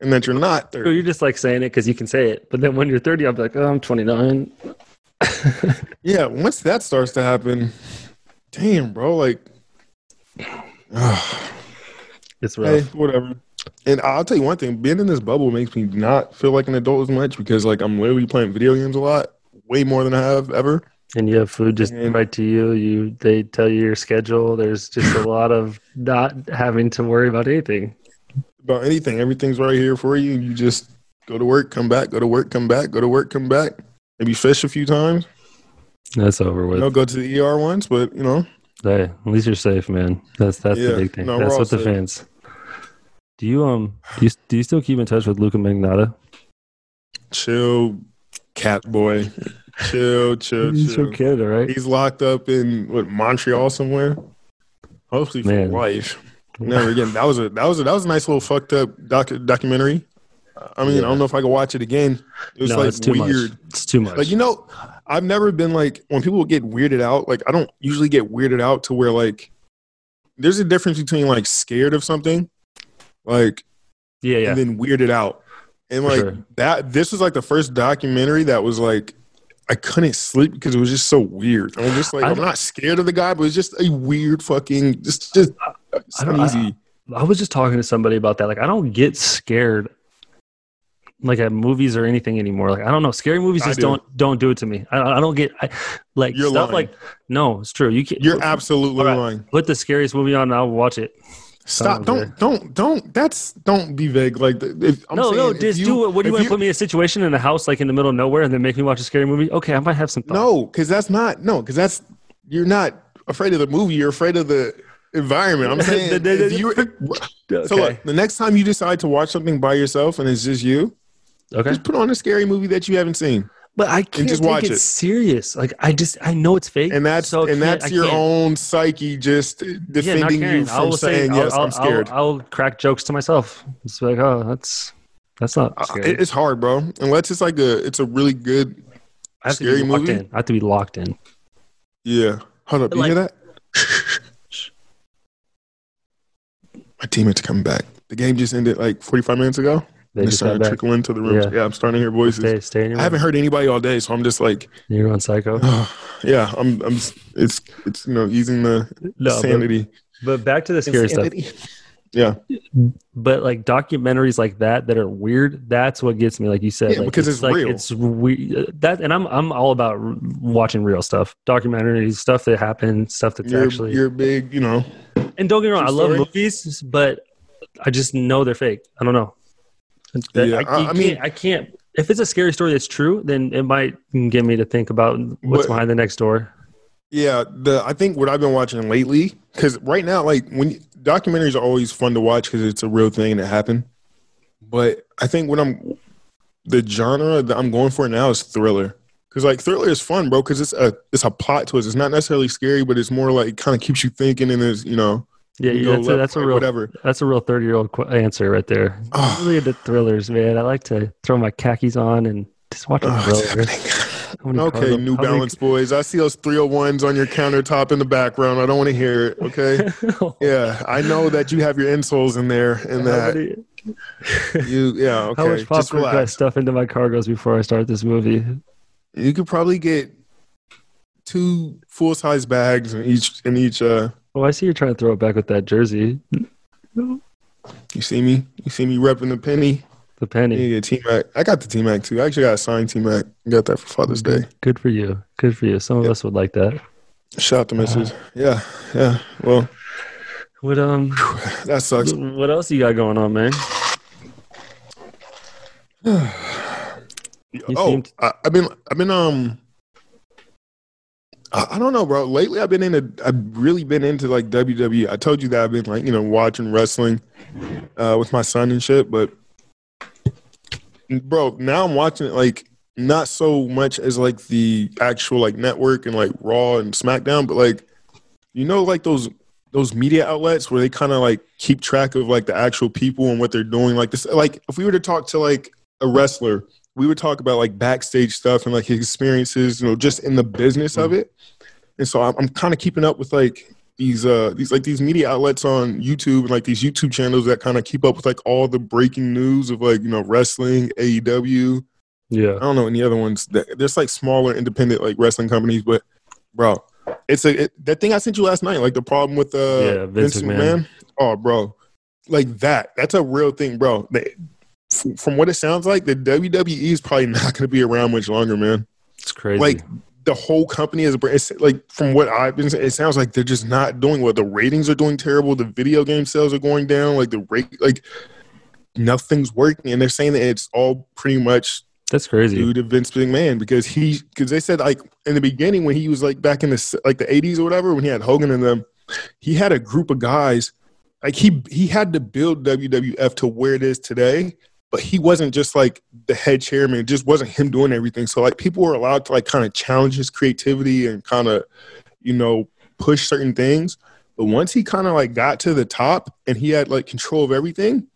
[SPEAKER 1] and that you're not 30.
[SPEAKER 2] you're just like saying it because you can say it. But then when you're thirty, I'm like, oh, I'm 29.
[SPEAKER 1] Yeah, once that starts to happen, damn, bro, like,
[SPEAKER 2] It's rough.
[SPEAKER 1] hey, whatever. And I'll tell you one thing: being in this bubble makes me not feel like an adult as much because, like, I'm literally playing video games a lot, way more than I have ever.
[SPEAKER 2] and you have food just
[SPEAKER 1] And-
[SPEAKER 2] right to you you they tell you your schedule there's just a lot of not having to worry about anything
[SPEAKER 1] About anything, everything's right here for you. You just go to work, come back, go to work, come back, go to work, come back. Maybe fish a few times.
[SPEAKER 2] that's over
[SPEAKER 1] You
[SPEAKER 2] with
[SPEAKER 1] know, go to the ER once, but you know,
[SPEAKER 2] hey at least you're safe man that's that's the
[SPEAKER 1] Yeah,
[SPEAKER 2] big thing
[SPEAKER 1] no,
[SPEAKER 2] that's
[SPEAKER 1] we're all
[SPEAKER 2] what the
[SPEAKER 1] safe.
[SPEAKER 2] fans do you um do you, do you still keep in touch with luca magnata
[SPEAKER 1] chill, cat boy, chill, chill,
[SPEAKER 2] he's
[SPEAKER 1] chill.
[SPEAKER 2] from canada right
[SPEAKER 1] He's locked up in what Montreal somewhere. Hopefully for
[SPEAKER 2] Man.
[SPEAKER 1] life. Never again. That was a that was a that was a nice little fucked up doc, documentary. I mean, I
[SPEAKER 2] Yeah.
[SPEAKER 1] don't know if I could watch it again. It was
[SPEAKER 2] no
[SPEAKER 1] like
[SPEAKER 2] it's too
[SPEAKER 1] weird.
[SPEAKER 2] much it's too much
[SPEAKER 1] Like you know, I've never been like when people get weirded out. Like I don't usually get weirded out to where like there's a difference between like scared of something, like
[SPEAKER 2] yeah yeah
[SPEAKER 1] and then weirded out. And
[SPEAKER 2] For
[SPEAKER 1] like
[SPEAKER 2] sure.
[SPEAKER 1] that, this was like the first documentary that was like, I couldn't sleep because it was just so weird. I'm just like,
[SPEAKER 2] I-
[SPEAKER 1] I, am not scared of the guy, but it's just a weird fucking, just, just it's
[SPEAKER 2] I don't-
[SPEAKER 1] uneasy.
[SPEAKER 2] I was just talking to somebody about that. Like, I don't get scared like at movies or anything anymore. Like, I don't know. Scary movies
[SPEAKER 1] I
[SPEAKER 2] just
[SPEAKER 1] do.
[SPEAKER 2] do. not don't do it to me. I, I don't get I, like
[SPEAKER 1] You're
[SPEAKER 2] stuff
[SPEAKER 1] lying.
[SPEAKER 2] like no, it's true. You can
[SPEAKER 1] You're absolutely
[SPEAKER 2] All right.
[SPEAKER 1] lying.
[SPEAKER 2] put the scariest movie on and I'll watch it.
[SPEAKER 1] Stop!
[SPEAKER 2] over
[SPEAKER 1] Don't, don't, don't. That's don't be vague. Like, if, I'm
[SPEAKER 2] no,
[SPEAKER 1] saying,
[SPEAKER 2] no,
[SPEAKER 1] if
[SPEAKER 2] just do it. What do you
[SPEAKER 1] if
[SPEAKER 2] want to put me in a situation in a house like in the middle of nowhere and then make me watch a scary movie? Okay, I might have some thoughts.
[SPEAKER 1] No, because that's not no, because that's you're not afraid of the movie. You're afraid of the environment. I'm saying
[SPEAKER 2] The- the-
[SPEAKER 1] if
[SPEAKER 2] the-
[SPEAKER 1] you-
[SPEAKER 2] Okay.
[SPEAKER 1] So look, the next time you decide to watch something by yourself and it's just you,
[SPEAKER 2] okay.
[SPEAKER 1] just put on a scary movie that you haven't seen,
[SPEAKER 2] But I can't
[SPEAKER 1] just
[SPEAKER 2] take
[SPEAKER 1] watch
[SPEAKER 2] it,
[SPEAKER 1] it.
[SPEAKER 2] serious. Like I just I know it's fake.
[SPEAKER 1] and that's
[SPEAKER 2] so I
[SPEAKER 1] and
[SPEAKER 2] can't- I
[SPEAKER 1] that's your
[SPEAKER 2] can't.
[SPEAKER 1] own psyche just defending you
[SPEAKER 2] Karen.
[SPEAKER 1] from saying yes,
[SPEAKER 2] I'll,
[SPEAKER 1] I'm scared.
[SPEAKER 2] I'll, I'll crack jokes to myself. It's like, oh, that's that's not
[SPEAKER 1] I-
[SPEAKER 2] scary.
[SPEAKER 1] Uh, it- it's hard, bro. Unless it's like a, it's a really good,
[SPEAKER 2] I have to
[SPEAKER 1] scary
[SPEAKER 2] be locked
[SPEAKER 1] movie?
[SPEAKER 2] in. I have to be locked in.
[SPEAKER 1] yeah. Hold up, you
[SPEAKER 2] Like-
[SPEAKER 1] hear that? My teammates coming back. The game just ended like 45 minutes ago.
[SPEAKER 2] They
[SPEAKER 1] it's
[SPEAKER 2] just got
[SPEAKER 1] starting to
[SPEAKER 2] back.
[SPEAKER 1] trickle into the rooms.
[SPEAKER 2] Yeah.
[SPEAKER 1] Yeah, I'm starting to hear voices.
[SPEAKER 2] Stay, stay in your
[SPEAKER 1] I haven't heard anybody all day, so I'm just like,
[SPEAKER 2] You're on psycho.
[SPEAKER 1] yeah, I'm, I'm. It's, it's you know, easing the
[SPEAKER 2] No, but,
[SPEAKER 1] sanity.
[SPEAKER 2] but back to the scary stuff.
[SPEAKER 1] Yeah,
[SPEAKER 2] But like documentaries like that that are weird, that's what gets me. Like you said,
[SPEAKER 1] Yeah,
[SPEAKER 2] like,
[SPEAKER 1] because it's
[SPEAKER 2] like
[SPEAKER 1] real.
[SPEAKER 2] it's we that, and I'm I'm all about r- watching real stuff, documentaries, stuff that happened, stuff that's
[SPEAKER 1] you're,
[SPEAKER 2] actually.
[SPEAKER 1] you're big. You know,
[SPEAKER 2] and don't get me wrong, I
[SPEAKER 1] True
[SPEAKER 2] love
[SPEAKER 1] story.
[SPEAKER 2] movies, but I just know they're fake. I don't know. That-
[SPEAKER 1] Yeah,
[SPEAKER 2] I,
[SPEAKER 1] I-
[SPEAKER 2] you
[SPEAKER 1] I mean-
[SPEAKER 2] can't- I can't. If it's a scary story that's true, then it might get me to think about what's
[SPEAKER 1] But-
[SPEAKER 2] behind the next door.
[SPEAKER 1] Yeah, the I think what I've been watching lately, because right now, like when documentaries are always fun to watch because it's a real thing that happened. But I think what I'm, the genre that I'm going for now is thriller, because like thriller is fun, bro, because it's a it's a plot twist. It's not necessarily scary, but it's more like kind of keeps you thinking and is you know
[SPEAKER 2] Yeah,
[SPEAKER 1] you
[SPEAKER 2] yeah,
[SPEAKER 1] go
[SPEAKER 2] that's a,
[SPEAKER 1] left,
[SPEAKER 2] that's a
[SPEAKER 1] right,
[SPEAKER 2] real
[SPEAKER 1] whatever.
[SPEAKER 2] That's a real 30 year old qu- answer right there.
[SPEAKER 1] Oh.
[SPEAKER 2] I'm really into thrillers, man. I like to throw my khakis on and just watch a
[SPEAKER 1] Oh, it's
[SPEAKER 2] thriller.
[SPEAKER 1] happening.
[SPEAKER 2] How many
[SPEAKER 1] Okay,
[SPEAKER 2] Cardinal-
[SPEAKER 1] New
[SPEAKER 2] how many-
[SPEAKER 1] Balance boys. I see those 301s on your countertop in the background. I don't want to hear it. Okay. Yeah, I know that you have your insoles in there
[SPEAKER 2] How
[SPEAKER 1] and that
[SPEAKER 2] many-
[SPEAKER 1] you. Yeah. Okay.
[SPEAKER 2] How much
[SPEAKER 1] Just
[SPEAKER 2] popcorn do I
[SPEAKER 1] relax.
[SPEAKER 2] stuff into my cargos before I start this movie?
[SPEAKER 1] You could probably get two full size bags in each. In each. Uh,
[SPEAKER 2] Oh, I see you're trying to throw it back with that jersey,
[SPEAKER 1] you see me? You see me repping the penny?
[SPEAKER 2] the penny.
[SPEAKER 1] You get T Mac. I got the T Mac too. I actually got a signed T Mac. Got that for Father's Day.
[SPEAKER 2] Good for you. Good for you. Some of
[SPEAKER 1] Yeah.
[SPEAKER 2] us would like that.
[SPEAKER 1] Shout out to Mrs.
[SPEAKER 2] Uh-huh.
[SPEAKER 1] Yeah. Yeah. Well,
[SPEAKER 2] What um,
[SPEAKER 1] that sucks.
[SPEAKER 2] what else you got going on, man? You
[SPEAKER 1] oh,
[SPEAKER 2] seemed-
[SPEAKER 1] I, I've been, I've been, um, I, I don't know, bro. Lately, I've been into, I've really been into like WWE. I told you that I've been like, you know, watching wrestling uh, with my son and shit. But, bro, now I'm watching it like not so much as like the actual like network and like Raw and SmackDown, but like, you know, like those those media outlets where they kind of like keep track of like the actual people and what they're doing. Like this, like if we were to talk to like a wrestler we would talk about like backstage stuff and like his experiences, you know, just in the business of it. And so I'm, I'm kind of keeping up with like these uh these like these media outlets on YouTube and like these YouTube channels that kind of keep up with like all the breaking news of like you know wrestling, E AEW. I
[SPEAKER 2] Yeah,
[SPEAKER 1] don't know any other ones. That, there's like smaller independent like wrestling companies, but bro, it's a it, that thing I sent you last night. Like the problem with uh
[SPEAKER 2] Yeah, Vince
[SPEAKER 1] Vince
[SPEAKER 2] McMahon.
[SPEAKER 1] McMahon. Oh, bro, like that. That's a real thing, bro. They, f- from what it sounds like, the WWE is probably not going to be around much longer, man.
[SPEAKER 2] it's crazy.
[SPEAKER 1] Like the whole company is a brand. It's, like from what I've been, it sounds like they're just not doing well. The ratings are doing terrible. The video game sales are going down. Like the rate, like nothing's working, and they're saying that it's all pretty much
[SPEAKER 2] that's crazy.
[SPEAKER 1] due to Vince McMahon because he because they said like in the beginning when he was like back in the s- like the eighties or whatever when he had Hogan and them, he had a group of guys like he he had to build WWF to where it is today, but he wasn't just like the head chairman. It just wasn't him doing everything. So like people were allowed to like kind of challenge his creativity and kind of you know push certain things. But once he kind of like got to the top and he had like control of everything,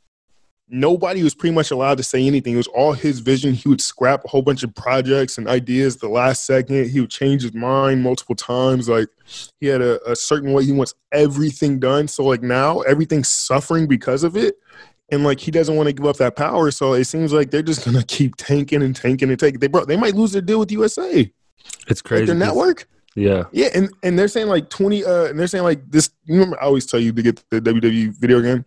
[SPEAKER 1] nobody was pretty much allowed to say anything. It was all his vision. He would scrap a whole bunch of projects and ideas the last second. He would change his mind multiple times. Like he had a, a certain way he wants everything done. So like now everything's suffering because of it. And like he doesn't want to give up that power. So it seems like they're just gonna keep tanking and tanking and tanking. They bro, they might lose their deal with USA.
[SPEAKER 2] it's
[SPEAKER 1] Like
[SPEAKER 2] crazy.
[SPEAKER 1] their network.
[SPEAKER 2] Yeah,
[SPEAKER 1] Yeah, and, and they're saying like twenty, uh, and they're saying like this. You remember, I always tell you to get the WWE video game.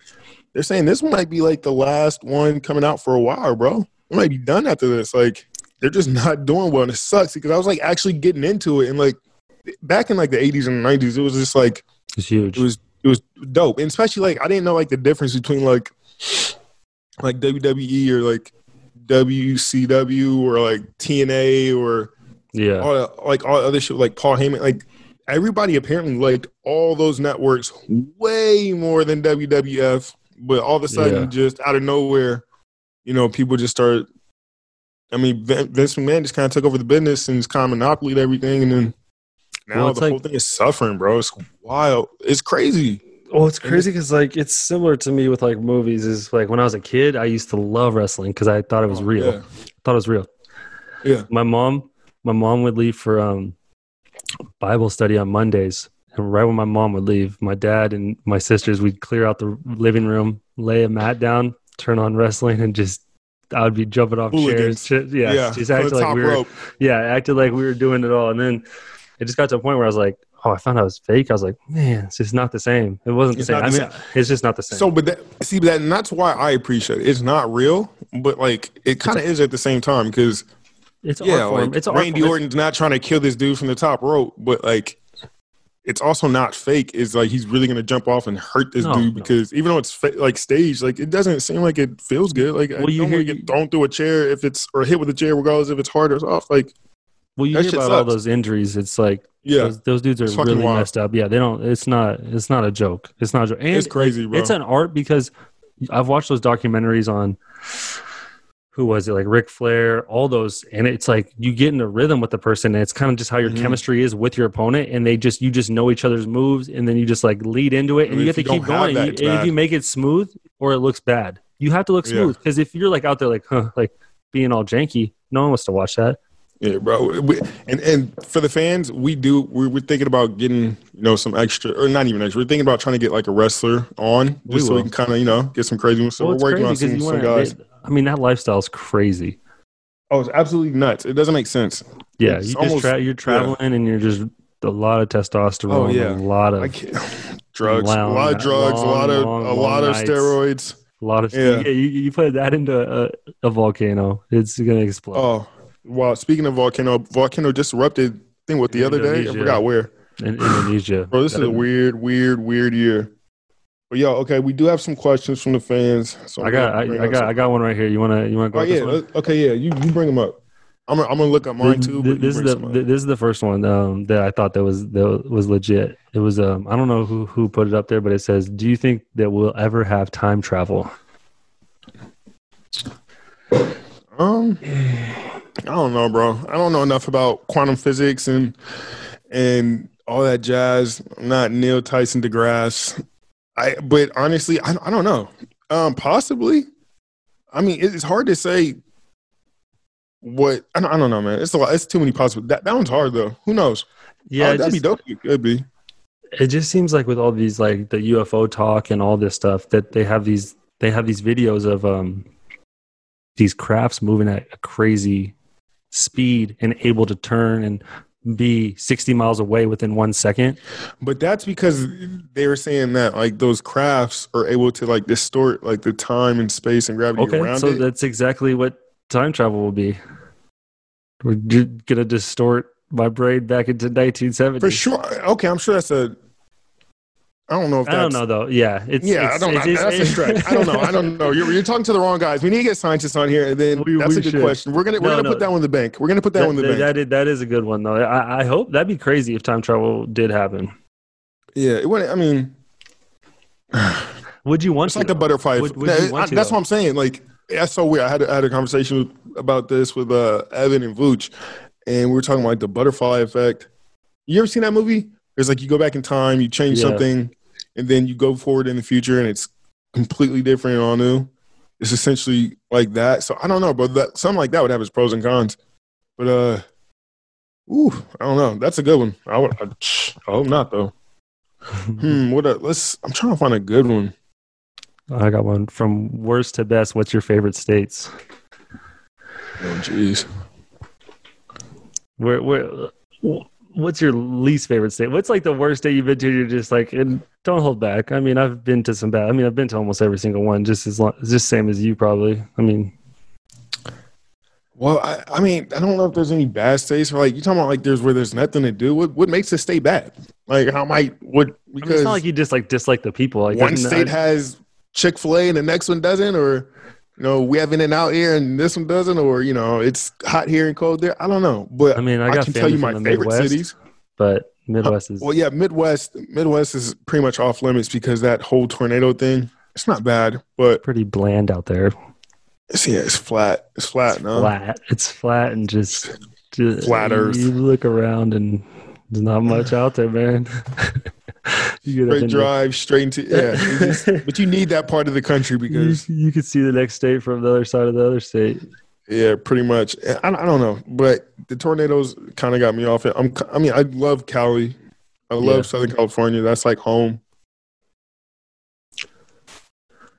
[SPEAKER 1] They're saying this might be like the last one coming out for a while, bro. It might be done after this. Like they're just not doing well, and it sucks because I was like actually getting into it, and like back in like the eighties and nineties, it was just like
[SPEAKER 2] it's huge.
[SPEAKER 1] it was it was dope, and especially like I didn't know like the difference between like like WWE or like WCW or like TNA or
[SPEAKER 2] yeah.
[SPEAKER 1] all the- like all the other shit like Paul Heyman like everybody apparently liked all those networks way more than WWF but all of a sudden
[SPEAKER 2] Yeah.
[SPEAKER 1] just out of nowhere you know people just started I mean Vin- Vince McMahon just kind of took over the business and just kind of monopolied everything and then now
[SPEAKER 2] Well, it's
[SPEAKER 1] the
[SPEAKER 2] like-
[SPEAKER 1] whole thing is suffering bro it's wild it's crazy
[SPEAKER 2] Well, Oh, it's
[SPEAKER 1] And
[SPEAKER 2] crazy because like it's similar to me with like movies. Is like when I was a kid, I used to love wrestling because I thought it was real.
[SPEAKER 1] Oh, yeah,
[SPEAKER 2] Thought it was real.
[SPEAKER 1] Yeah.
[SPEAKER 2] My mom, my mom would leave for um Bible study on Mondays, And right when my mom would leave, my dad and my sisters would clear out the living room, lay a mat down, turn on wrestling, and just I would be jumping off
[SPEAKER 1] Hooligans.
[SPEAKER 2] chairs. Shit, Yeah, just
[SPEAKER 1] for the
[SPEAKER 2] acting like
[SPEAKER 1] top
[SPEAKER 2] we were.
[SPEAKER 1] rope.
[SPEAKER 2] Yeah, acted like we were doing it all, and then it just got to a point where I was like, "Oh, I found out it was fake." I was like, "Man, it's just not the same. It wasn't
[SPEAKER 1] It's
[SPEAKER 2] the same."
[SPEAKER 1] not
[SPEAKER 2] I
[SPEAKER 1] the
[SPEAKER 2] mean, it's just not the same.
[SPEAKER 1] So, but that, see, that and that's why I appreciate it. It's not real, but like it kind of is at the same time because
[SPEAKER 2] it's an
[SPEAKER 1] yeah,
[SPEAKER 2] art form.
[SPEAKER 1] like
[SPEAKER 2] it's an art
[SPEAKER 1] Randy
[SPEAKER 2] form.
[SPEAKER 1] Orton's not trying to kill this dude from the top rope, but like it's also not fake. It's like he's really gonna jump off and hurt this
[SPEAKER 2] No,
[SPEAKER 1] dude
[SPEAKER 2] no.
[SPEAKER 1] because even though it's fa- like staged, like it doesn't seem like it feels good. Like
[SPEAKER 2] Well,
[SPEAKER 1] I
[SPEAKER 2] you
[SPEAKER 1] don't
[SPEAKER 2] hear-
[SPEAKER 1] want to get thrown through a chair if it's or hit with a chair regardless if it's hard or soft. Like
[SPEAKER 2] Well, you
[SPEAKER 1] That
[SPEAKER 2] hear
[SPEAKER 1] shit
[SPEAKER 2] about all
[SPEAKER 1] sucks.
[SPEAKER 2] those injuries. It's like
[SPEAKER 1] yeah,
[SPEAKER 2] those, those dudes are
[SPEAKER 1] It's fucking
[SPEAKER 2] really
[SPEAKER 1] wild.
[SPEAKER 2] messed up. Yeah, they don't. It's not. It's not a joke. It's not a joke. And
[SPEAKER 1] it's crazy, bro.
[SPEAKER 2] It's an art because I've watched those documentaries on who was it like Ric Flair, all those, and it's like you get in a rhythm with the person, and it's kind of just how your
[SPEAKER 1] Mhm.
[SPEAKER 2] chemistry is with your opponent, and they just you just know each other's moves, and then you just like lead into it, and
[SPEAKER 1] And
[SPEAKER 2] you have
[SPEAKER 1] if
[SPEAKER 2] to
[SPEAKER 1] you don't
[SPEAKER 2] keep
[SPEAKER 1] have
[SPEAKER 2] going.
[SPEAKER 1] that,
[SPEAKER 2] and
[SPEAKER 1] it's
[SPEAKER 2] you, and if
[SPEAKER 1] bad.
[SPEAKER 2] you make it smooth or it looks bad, you have to look
[SPEAKER 1] Yeah.
[SPEAKER 2] smooth because if you're like out there like huh, like being all janky, no one wants to watch that.
[SPEAKER 1] Yeah, bro. We, and and for the fans, we do. We're, we're thinking about getting you know some extra, or not even extra. We're thinking about trying to get like a wrestler on, just
[SPEAKER 2] We
[SPEAKER 1] so
[SPEAKER 2] will.
[SPEAKER 1] we can kind of you know get some crazy ones. So
[SPEAKER 2] Well,
[SPEAKER 1] we're working on
[SPEAKER 2] 'cause
[SPEAKER 1] some,
[SPEAKER 2] you
[SPEAKER 1] some
[SPEAKER 2] wanna-
[SPEAKER 1] guys.
[SPEAKER 2] they- I mean, that lifestyle's crazy.
[SPEAKER 1] oh, it's absolutely nuts. It doesn't make sense.
[SPEAKER 2] Yeah,
[SPEAKER 1] It's
[SPEAKER 2] you just
[SPEAKER 1] almost-
[SPEAKER 2] tra- you're traveling and you're just a lot of testosterone,
[SPEAKER 1] Oh, yeah.
[SPEAKER 2] a lot of
[SPEAKER 1] I can't. Drugs,
[SPEAKER 2] Long
[SPEAKER 1] a lot of
[SPEAKER 2] night-
[SPEAKER 1] drugs, a lot of
[SPEAKER 2] long, long,
[SPEAKER 1] a lot
[SPEAKER 2] long
[SPEAKER 1] of
[SPEAKER 2] nights.
[SPEAKER 1] steroids.
[SPEAKER 2] a lot of yeah.
[SPEAKER 1] Yeah.
[SPEAKER 2] you, you put that into a, a volcano, it's gonna explode.
[SPEAKER 1] Oh, well. Speaking of volcano, volcano disrupted thing with the other day. I
[SPEAKER 2] Indonesia.
[SPEAKER 1] forgot where.
[SPEAKER 2] In Indonesia,
[SPEAKER 1] Bro, this is a weird, weird, weird year. But yo, okay, we do have some questions from the fans. So
[SPEAKER 2] I
[SPEAKER 1] I'm gonna
[SPEAKER 2] got, I, I
[SPEAKER 1] bring up
[SPEAKER 2] got, I got one right here. You wanna, you wanna go?
[SPEAKER 1] Oh
[SPEAKER 2] with this
[SPEAKER 1] yeah.
[SPEAKER 2] one?
[SPEAKER 1] let- Okay, yeah. You you bring them up. I'm gonna, I'm gonna look up mine
[SPEAKER 2] Th-
[SPEAKER 1] too.
[SPEAKER 2] th-
[SPEAKER 1] but
[SPEAKER 2] this
[SPEAKER 1] you
[SPEAKER 2] is
[SPEAKER 1] bring
[SPEAKER 2] the
[SPEAKER 1] some up.
[SPEAKER 2] th- this is the first one um, that I thought that was that was legit. It was um, I don't know who who put it up there, but it says, "Do you think that we'll ever have time travel?"
[SPEAKER 1] um, I don't know, bro. I don't know enough about quantum physics and and all that jazz. I'm not Neil Tyson DeGrasse. I but honestly, I I don't know. Um, possibly. I mean, it- it's hard to say. What I don't, I don't know, man. It's a lot. It's too many possible. That that one's hard though. Who knows?
[SPEAKER 2] Yeah,
[SPEAKER 1] Oh,
[SPEAKER 2] it
[SPEAKER 1] that'd be
[SPEAKER 2] just-
[SPEAKER 1] dope. It could be.
[SPEAKER 2] it just seems like with all these like the UFO talk and all this stuff that they have these they have these videos of um these crafts moving at a crazy speed and able to turn and be 60 miles away within one second
[SPEAKER 1] But that's because they were saying that like those crafts are able to like distort like the time and space and gravity
[SPEAKER 2] okay
[SPEAKER 1] around
[SPEAKER 2] so
[SPEAKER 1] it.
[SPEAKER 2] that's exactly what time travel will be we're ju- gonna distort my brain back into 1970
[SPEAKER 1] For sure. Okay, I'm sure that's a. I don't know if
[SPEAKER 2] i
[SPEAKER 1] that's.
[SPEAKER 2] don't know though yeah it's
[SPEAKER 1] Yeah,
[SPEAKER 2] it's-
[SPEAKER 1] I don't.
[SPEAKER 2] it's-
[SPEAKER 1] know.
[SPEAKER 2] it's-
[SPEAKER 1] that's a stretch. I don't know. I don't know. You're, you're talking to the wrong guys. We need to get scientists on here, and then
[SPEAKER 2] We-
[SPEAKER 1] that's
[SPEAKER 2] we
[SPEAKER 1] a good
[SPEAKER 2] should.
[SPEAKER 1] question. We're gonna we're
[SPEAKER 2] No,
[SPEAKER 1] gonna
[SPEAKER 2] no.
[SPEAKER 1] put that one in the bank. We're gonna put that, one in the
[SPEAKER 2] that,
[SPEAKER 1] bank.
[SPEAKER 2] that is, that is a good one though. I, I hope that'd be crazy if time travel did happen.
[SPEAKER 1] yeah, it wouldn't. I mean,
[SPEAKER 2] Would you want
[SPEAKER 1] it's
[SPEAKER 2] to?
[SPEAKER 1] like the butterfly.
[SPEAKER 2] Would- would
[SPEAKER 1] No,
[SPEAKER 2] you
[SPEAKER 1] it-
[SPEAKER 2] want
[SPEAKER 1] I-
[SPEAKER 2] to,
[SPEAKER 1] that's
[SPEAKER 2] though?
[SPEAKER 1] what I'm saying. Like that's so weird. I had a, I had a conversation about this with uh, Evan and Vooch, and we were talking about like, the butterfly effect. You ever seen that movie? It's like you go back in time, you change
[SPEAKER 2] Yeah.
[SPEAKER 1] something, and then you go forward in the future, and it's completely different and all new. It's essentially like that. So I don't know, but that something like that would have its pros and cons. But uh, ooh, I don't know. That's a good one. I would. I, I hope not though.
[SPEAKER 2] Mm-hmm.
[SPEAKER 1] Hmm. What? A, let's. I'm trying to find a good one.
[SPEAKER 2] I got one from worst to best. What's your favorite states?
[SPEAKER 1] Oh, jeez.
[SPEAKER 2] Where where? wh- What's your least favorite state? What's like the worst state you've been to? You're just like, and don't hold back. I mean, I've been to some bad. I mean, I've been to almost every single one, just as long, just same as you probably. I mean,
[SPEAKER 1] Well, I, I mean, I don't know if there's any bad states or like you talking about like there's where there's nothing to do. What what makes a state bad? Like how might what
[SPEAKER 2] I mean, it's
[SPEAKER 1] because
[SPEAKER 2] not like you just like dislike the people. Like
[SPEAKER 1] one
[SPEAKER 2] there's n-
[SPEAKER 1] state has Chick Fil A and the next one doesn't, or you know we have In and Out here and this one doesn't, or you know it's hot here and cold there. I don't know, but
[SPEAKER 2] I mean, I got
[SPEAKER 1] can
[SPEAKER 2] family
[SPEAKER 1] tell you my
[SPEAKER 2] from the
[SPEAKER 1] favorite
[SPEAKER 2] Midwest.
[SPEAKER 1] cities.
[SPEAKER 2] but Midwest is.
[SPEAKER 1] Well, yeah, Midwest Midwest is pretty much off limits because that whole tornado thing. It's not bad, but
[SPEAKER 2] Pretty bland out there.
[SPEAKER 1] it's, yeah, it's flat. It's flat. no,
[SPEAKER 2] Flat. It's flat and just, just
[SPEAKER 1] Flat Earth.
[SPEAKER 2] You look around and there's not much out there, man. you
[SPEAKER 1] straight
[SPEAKER 2] get up in the-
[SPEAKER 1] drive, straight into yeah. mm-hmm. it's- But you need that part of the country
[SPEAKER 2] you,
[SPEAKER 1] because,
[SPEAKER 2] you could see the next state from the other side of the other state.
[SPEAKER 1] yeah, pretty much. I, I don't know, but the tornadoes kind of got me off it. I'm, I mean, I love Cali. I love
[SPEAKER 2] Yeah.
[SPEAKER 1] Southern California. That's like home.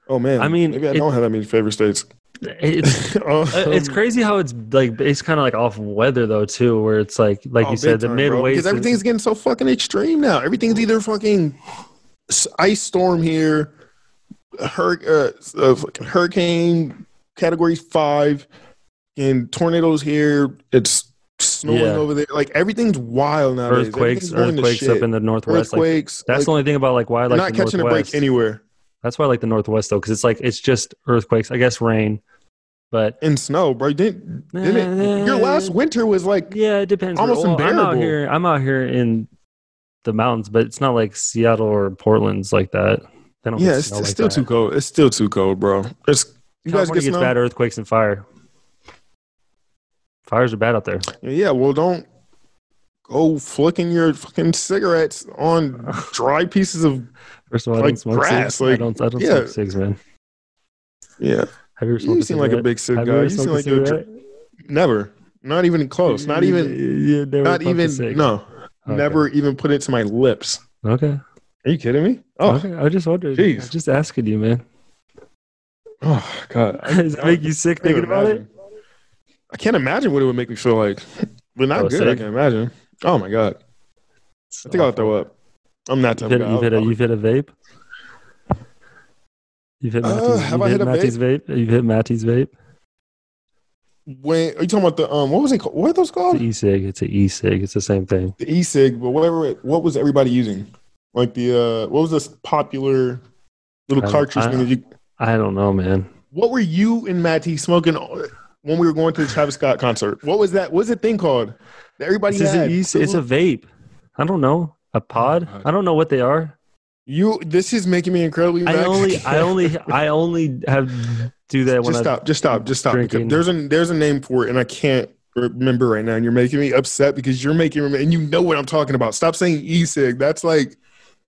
[SPEAKER 1] Oh man,
[SPEAKER 2] I mean,
[SPEAKER 1] maybe I
[SPEAKER 2] it-
[SPEAKER 1] don't have that many favorite states.
[SPEAKER 2] It's
[SPEAKER 1] Um,
[SPEAKER 2] Uh, it's crazy how it's like it's kind of like off weather though too, where it's like like
[SPEAKER 1] oh,
[SPEAKER 2] you
[SPEAKER 1] big
[SPEAKER 2] said the
[SPEAKER 1] time, bro,
[SPEAKER 2] midway.
[SPEAKER 1] because everything's getting so fucking extreme now. Everything's either fucking s- ice storm here, hur- uh, s- uh, fucking hurricane category five, and tornadoes here. It's snowing
[SPEAKER 2] Yeah.
[SPEAKER 1] over there. Like everything's wild nowadays. Everything's
[SPEAKER 2] earthquakes,
[SPEAKER 1] going to
[SPEAKER 2] earthquakes up
[SPEAKER 1] shit.
[SPEAKER 2] in the northwest. Like,
[SPEAKER 1] earthquakes.
[SPEAKER 2] that's
[SPEAKER 1] like,
[SPEAKER 2] the only thing about like why I
[SPEAKER 1] you're
[SPEAKER 2] like
[SPEAKER 1] not
[SPEAKER 2] the
[SPEAKER 1] catching a
[SPEAKER 2] northwest.
[SPEAKER 1] break anywhere.
[SPEAKER 2] that's why I like the northwest though, because it's like it's just earthquakes. I guess rain, but
[SPEAKER 1] And snow, bro. You Didn't, didn't it? Your last winter was like
[SPEAKER 2] yeah, it depends.
[SPEAKER 1] Almost
[SPEAKER 2] Well, I'm out
[SPEAKER 1] unbearable.
[SPEAKER 2] here. I'm out here in the mountains, but it's not like Seattle or Portland's like that. They don't.
[SPEAKER 1] yeah,
[SPEAKER 2] get
[SPEAKER 1] it's,
[SPEAKER 2] snow
[SPEAKER 1] it's
[SPEAKER 2] like
[SPEAKER 1] still
[SPEAKER 2] that.
[SPEAKER 1] too cold. It's still too cold, bro. It's you guys
[SPEAKER 2] California
[SPEAKER 1] get
[SPEAKER 2] gets
[SPEAKER 1] snow.
[SPEAKER 2] bad earthquakes and fire. Fires are bad out there.
[SPEAKER 1] Yeah, well, don't go flicking your fucking cigarettes on dry pieces of
[SPEAKER 2] First of all, I
[SPEAKER 1] Like
[SPEAKER 2] don't smoke
[SPEAKER 1] grass,
[SPEAKER 2] cigs. I
[SPEAKER 1] like,
[SPEAKER 2] don't. I don't
[SPEAKER 1] yeah.
[SPEAKER 2] smoke cigs, man.
[SPEAKER 1] yeah.
[SPEAKER 2] Have you ever smoked
[SPEAKER 1] You
[SPEAKER 2] a
[SPEAKER 1] seem like a
[SPEAKER 2] cigarette?
[SPEAKER 1] big cig
[SPEAKER 2] Have
[SPEAKER 1] guy.
[SPEAKER 2] ever
[SPEAKER 1] You
[SPEAKER 2] smoked
[SPEAKER 1] seem
[SPEAKER 2] a
[SPEAKER 1] like you're
[SPEAKER 2] cigarette?
[SPEAKER 1] never, not even close, not even,
[SPEAKER 2] You- you never
[SPEAKER 1] not
[SPEAKER 2] smoked a
[SPEAKER 1] even,
[SPEAKER 2] cig?
[SPEAKER 1] no,
[SPEAKER 2] Okay.
[SPEAKER 1] never even put it to my lips.
[SPEAKER 2] Okay.
[SPEAKER 1] Are you kidding me? Oh,
[SPEAKER 2] okay. I just wondered.
[SPEAKER 1] jeez.
[SPEAKER 2] I'm just asking you, man.
[SPEAKER 1] oh God, I
[SPEAKER 2] Does it make you sick
[SPEAKER 1] can't
[SPEAKER 2] thinking about it?
[SPEAKER 1] imagine. I can't imagine what it would make me feel like, but not
[SPEAKER 2] Oh, a
[SPEAKER 1] good. I
[SPEAKER 2] cig?
[SPEAKER 1] can imagine. Oh my God, I think I'll throw up. I'm not
[SPEAKER 2] You've
[SPEAKER 1] type of
[SPEAKER 2] hit,
[SPEAKER 1] guy.
[SPEAKER 2] you've, hit a, you've hit a vape. You've hit
[SPEAKER 1] Uh,
[SPEAKER 2] Matty's,
[SPEAKER 1] have
[SPEAKER 2] you've
[SPEAKER 1] I hit
[SPEAKER 2] hit
[SPEAKER 1] a
[SPEAKER 2] Matty's vape? You've hit Matty's vape.
[SPEAKER 1] When are you talking about the um? What was it? Called? What are those
[SPEAKER 2] It's
[SPEAKER 1] called?
[SPEAKER 2] an e-cig. It's an e-cig. It's the same thing.
[SPEAKER 1] the e-cig, but whatever. it- What was everybody using? Like the uh, what was this popular little
[SPEAKER 2] I-
[SPEAKER 1] cartridge
[SPEAKER 2] Um, I-
[SPEAKER 1] thing? That you,
[SPEAKER 2] I don't know, man.
[SPEAKER 1] what were you and Matt T smoking uh, when we were going to the Travis Scott concert? What was that? What's the thing called that everybody
[SPEAKER 2] It's, just
[SPEAKER 1] had?
[SPEAKER 2] an e-cig. it's a vape. I don't know. A pod?
[SPEAKER 1] God.
[SPEAKER 2] I don't know what they are.
[SPEAKER 1] you. This is making me incredibly.
[SPEAKER 2] I
[SPEAKER 1] mad.
[SPEAKER 2] only, I only, I only have do that when
[SPEAKER 1] just
[SPEAKER 2] I
[SPEAKER 1] stop. Just stop. Just stop. because
[SPEAKER 2] drinking.
[SPEAKER 1] There's a there's a name for it, and I can't remember right now. And you're making me upset because you're making me, and you know what I'm talking about. Stop saying e-cig. That's like.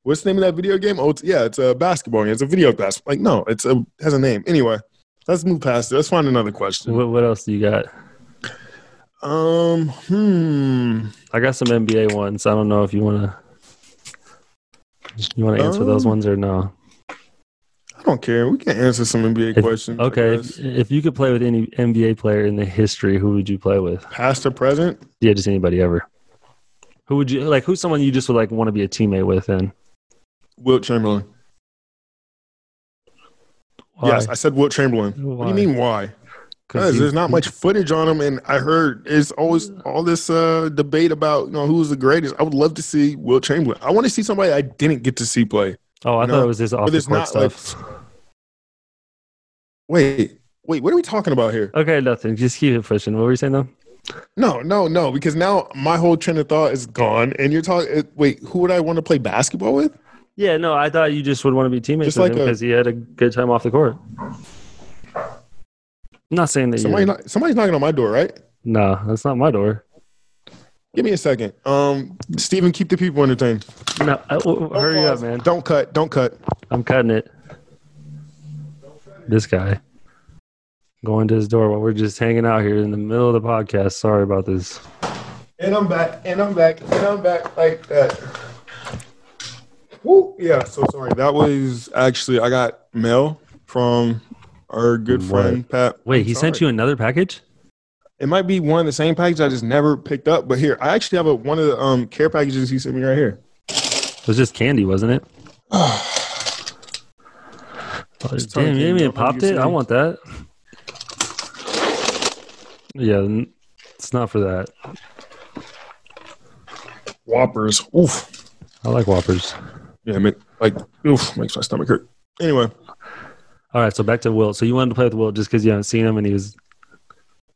[SPEAKER 1] What's the name of that video game? Oh, it's, yeah, it's a basketball game. It's a video basketball. Like, no, it's a has a name. Anyway, let's move past it. Let's find another question.
[SPEAKER 2] What, what else do you got?
[SPEAKER 1] Um, hmm.
[SPEAKER 2] I got some NBA ones. I don't know if you want to. You want to answer those
[SPEAKER 1] Um,
[SPEAKER 2] ones or no?
[SPEAKER 1] I don't care. We can answer some NBA
[SPEAKER 2] If-
[SPEAKER 1] questions. I
[SPEAKER 2] Okay, if,
[SPEAKER 1] guess.
[SPEAKER 2] if you could play with any NBA player in the history, who would you play with?
[SPEAKER 1] Past or present?
[SPEAKER 2] Yeah, just anybody ever. Who would you like? Who's someone you just would like want to be a teammate with? And
[SPEAKER 1] Wilt Chamberlain.
[SPEAKER 2] why?
[SPEAKER 1] Yes, I said Wilt Chamberlain. What do you mean why? Because
[SPEAKER 2] he-
[SPEAKER 1] there's not much footage on him, and I heard it's always all this uh, debate about you know who's the greatest. I would love to see Will Chamberlain. I want to see somebody I didn't get to see play.
[SPEAKER 2] Oh, I
[SPEAKER 1] no,
[SPEAKER 2] thought it was just off the
[SPEAKER 1] there's
[SPEAKER 2] court
[SPEAKER 1] not, like-
[SPEAKER 2] stuff.
[SPEAKER 1] Wait, wait, what are we talking about here?
[SPEAKER 2] okay, nothing. Just keep it pushing. What were you saying though?
[SPEAKER 1] No, no, no, because now my whole train of thought is gone, and you're talking. Wait, who would I want to play basketball with?
[SPEAKER 2] Yeah, no, I thought you just would want to be teammates
[SPEAKER 1] Just
[SPEAKER 2] with
[SPEAKER 1] like
[SPEAKER 2] him
[SPEAKER 1] a-
[SPEAKER 2] because he had a good time off the court. I'm not saying that
[SPEAKER 1] Somebody,
[SPEAKER 2] you.
[SPEAKER 1] knock, somebody's knocking on my door, right?
[SPEAKER 2] No, that's not my door.
[SPEAKER 1] Give me a second. Um, Steven, keep the people entertained.
[SPEAKER 2] No, I- w- w-
[SPEAKER 1] Don't
[SPEAKER 2] hurry up,
[SPEAKER 1] pause.
[SPEAKER 2] man.
[SPEAKER 1] Don't cut. Don't cut.
[SPEAKER 2] I'm cutting it. This guy going to his door while we're just hanging out here in the middle of the podcast. Sorry about this.
[SPEAKER 1] And I'm back, and I'm back, and I'm back like that. Woo, yeah, so sorry. That was actually, I got mail from our good
[SPEAKER 2] What?
[SPEAKER 1] friend, Pat.
[SPEAKER 2] Wait, he sent you
[SPEAKER 1] Sorry.
[SPEAKER 2] another package?
[SPEAKER 1] It might be one of the same package I just never picked up, but here, I actually have a, one of the um, care packages he sent me right here.
[SPEAKER 2] It was just candy, wasn't it? Damn,
[SPEAKER 1] talking,
[SPEAKER 2] you
[SPEAKER 1] bro.
[SPEAKER 2] even
[SPEAKER 1] I'm
[SPEAKER 2] popped
[SPEAKER 1] just
[SPEAKER 2] it. I
[SPEAKER 1] saying.
[SPEAKER 2] want that. Yeah, n- it's not for that.
[SPEAKER 1] Whoppers. Oof.
[SPEAKER 2] I like Whoppers.
[SPEAKER 1] Yeah, make, like, oof, makes my stomach hurt. Anyway,
[SPEAKER 2] All right, so back to Will. So you wanted to play with Will just because you haven't seen him, and he was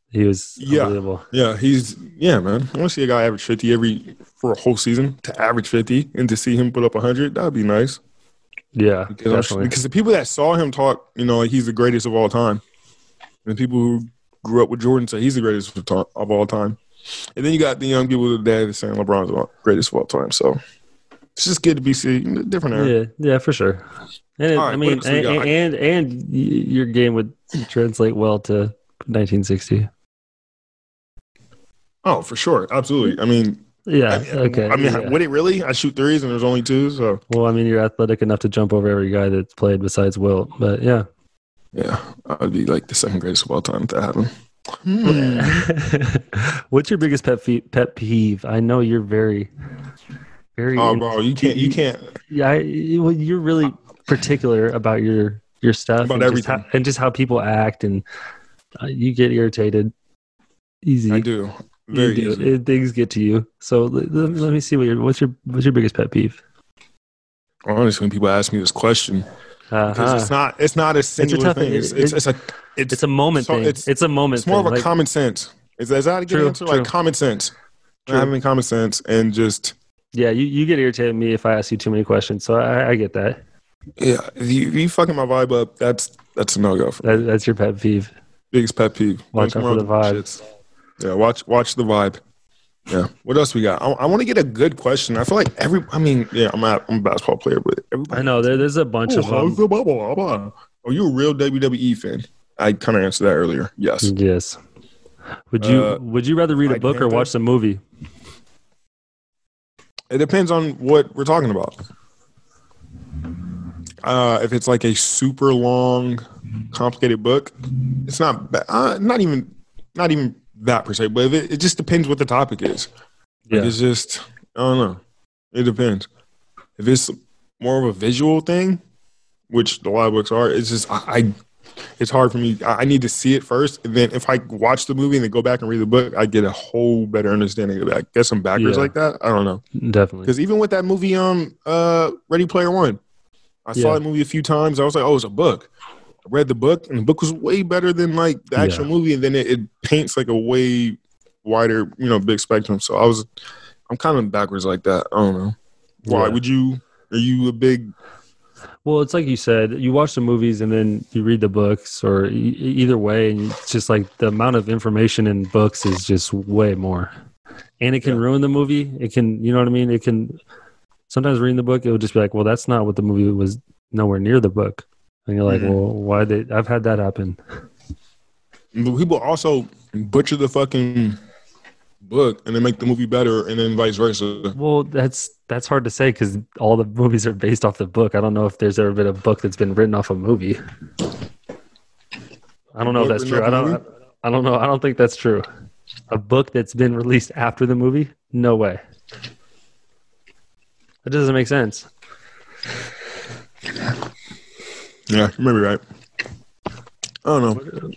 [SPEAKER 2] he was
[SPEAKER 1] Yeah.
[SPEAKER 2] unbelievable.
[SPEAKER 1] yeah, he's, yeah, man. I want to see a guy average 50 every, for a whole season to average 50 and to see him put up 100. That would be nice.
[SPEAKER 2] Yeah,
[SPEAKER 1] Because, I'm sure-
[SPEAKER 2] definitely.
[SPEAKER 1] because the people that saw him talk, you know, like he's the greatest of all time. And the people who grew up with Jordan say he's the greatest of, ta- of all time. And then you got the young people today that saying LeBron's the greatest of all time. So it's just good to be seen in a different era.
[SPEAKER 2] yeah, yeah, for sure. And it,
[SPEAKER 1] All right,
[SPEAKER 2] I
[SPEAKER 1] what
[SPEAKER 2] mean,
[SPEAKER 1] else we
[SPEAKER 2] and,
[SPEAKER 1] got?
[SPEAKER 2] and and y- your game would translate well to 1960.
[SPEAKER 1] Oh, for sure. Absolutely. I mean,
[SPEAKER 2] Yeah. okay.
[SPEAKER 1] I mean,
[SPEAKER 2] yeah.
[SPEAKER 1] would it really? I shoot threes and there's only two, so
[SPEAKER 2] well, I mean, you're athletic enough to jump over every guy that's played besides Wilt, but yeah.
[SPEAKER 1] yeah, I'd be like the second greatest of all time if that happened. Hmm.
[SPEAKER 2] Hmm. What's your biggest pet fee- pet peeve? I know you're very, very.
[SPEAKER 1] Oh,
[SPEAKER 2] in-
[SPEAKER 1] bro, you can't, you can't.
[SPEAKER 2] Yeah, I, well, you're really particular about your your stuff
[SPEAKER 1] About
[SPEAKER 2] and just,
[SPEAKER 1] everything.
[SPEAKER 2] how, and just how people act, and uh, you get irritated. Easy,
[SPEAKER 1] I do
[SPEAKER 2] You
[SPEAKER 1] very
[SPEAKER 2] do.
[SPEAKER 1] easy.
[SPEAKER 2] It- things get to you. So let, let, me- let me see what your what's your what's your biggest pet peeve?
[SPEAKER 1] Honestly, when people ask me this question, 'cause
[SPEAKER 2] Uh-huh.
[SPEAKER 1] it's not, it's not a singular
[SPEAKER 2] tough
[SPEAKER 1] thing.
[SPEAKER 2] thing.
[SPEAKER 1] It's, it's,
[SPEAKER 2] It-
[SPEAKER 1] it's a, it's,
[SPEAKER 2] It's a moment
[SPEAKER 1] so
[SPEAKER 2] thing. It's,
[SPEAKER 1] it's-
[SPEAKER 2] a moment.
[SPEAKER 1] it's more of
[SPEAKER 2] thing.
[SPEAKER 1] a
[SPEAKER 2] Like,
[SPEAKER 1] common sense. Is that, is that a good
[SPEAKER 2] True,
[SPEAKER 1] answer?
[SPEAKER 2] true.
[SPEAKER 1] Like common sense,
[SPEAKER 2] True.
[SPEAKER 1] having common sense, and just
[SPEAKER 2] yeah, you, you get irritated at me if I ask you too many questions. So I, I get that.
[SPEAKER 1] yeah, if you, if you fucking my vibe up, that's that's a no go.
[SPEAKER 2] that. That's your pet peeve.
[SPEAKER 1] Biggest pet peeve.
[SPEAKER 2] Watch
[SPEAKER 1] Nothing
[SPEAKER 2] out for the
[SPEAKER 1] wrong
[SPEAKER 2] vibe.
[SPEAKER 1] with shits. Yeah, watch watch the vibe. Yeah. What else we got? I, I want to get a good question. I feel like every. I mean, yeah, I'm a, I'm a basketball player, but
[SPEAKER 2] I
[SPEAKER 1] everybody.
[SPEAKER 2] know there, there's a bunch
[SPEAKER 1] Oh,
[SPEAKER 2] of um, them.
[SPEAKER 1] how's the blah, blah, blah, blah. Are you a real WWE fan? I kind of answered that earlier. Yes.
[SPEAKER 2] Yes. Would you
[SPEAKER 1] Uh,
[SPEAKER 2] Would you rather read a
[SPEAKER 1] Black
[SPEAKER 2] book or
[SPEAKER 1] Panther?
[SPEAKER 2] watch the movie?
[SPEAKER 1] It depends on what we're talking about. Uh, if it's like a super long, complicated book, it's not ba- uh, not even not even that per se. But if it, it just depends what the topic is. Like, It's just I don't know. It depends. If it's more of a visual thing, which a lot of books are, it's just I, I it's hard for me. I, I need to see it first, and then if I watch the movie and then go back and read the book, I get a whole better understanding of that. Get some backers
[SPEAKER 2] Yeah.
[SPEAKER 1] like that. I don't know
[SPEAKER 2] definitely.
[SPEAKER 1] because even with that movie, um, uh, Ready Player One, I
[SPEAKER 2] Yeah.
[SPEAKER 1] saw that movie a few times. I was like, oh, it's a book. I read the book, and the book was way better than like the actual movie, and then it, it paints like a way wider, you know, big spectrum. So I was, I'm kind of backwards like that. I don't know. Why
[SPEAKER 2] Yeah.
[SPEAKER 1] would you? Are you a big?
[SPEAKER 2] Well, it's like you said, you watch the movies and then you read the books, or e- either way, and it's just like the amount of information in books is just way more, and it can
[SPEAKER 1] Yeah.
[SPEAKER 2] ruin the movie. It can, you know what I mean? It can. Sometimes reading the book, it would just be like, well, that's not what the movie was. Nowhere near the book, and you're like,
[SPEAKER 1] Mhm.
[SPEAKER 2] well, why did I've had that happen?
[SPEAKER 1] People also butcher the fucking book, and then make the movie better, and then vice versa.
[SPEAKER 2] Well, that's that's hard to say because all the movies are based off the book. I don't know if there's ever been a book that's been written off a movie. I don't know if
[SPEAKER 1] Book
[SPEAKER 2] that's
[SPEAKER 1] written
[SPEAKER 2] true. I
[SPEAKER 1] off a
[SPEAKER 2] don't. I don't know. I don't think that's true. A book that's been released after the movie? No way. That doesn't make sense.
[SPEAKER 1] Yeah, you may be right. I don't know.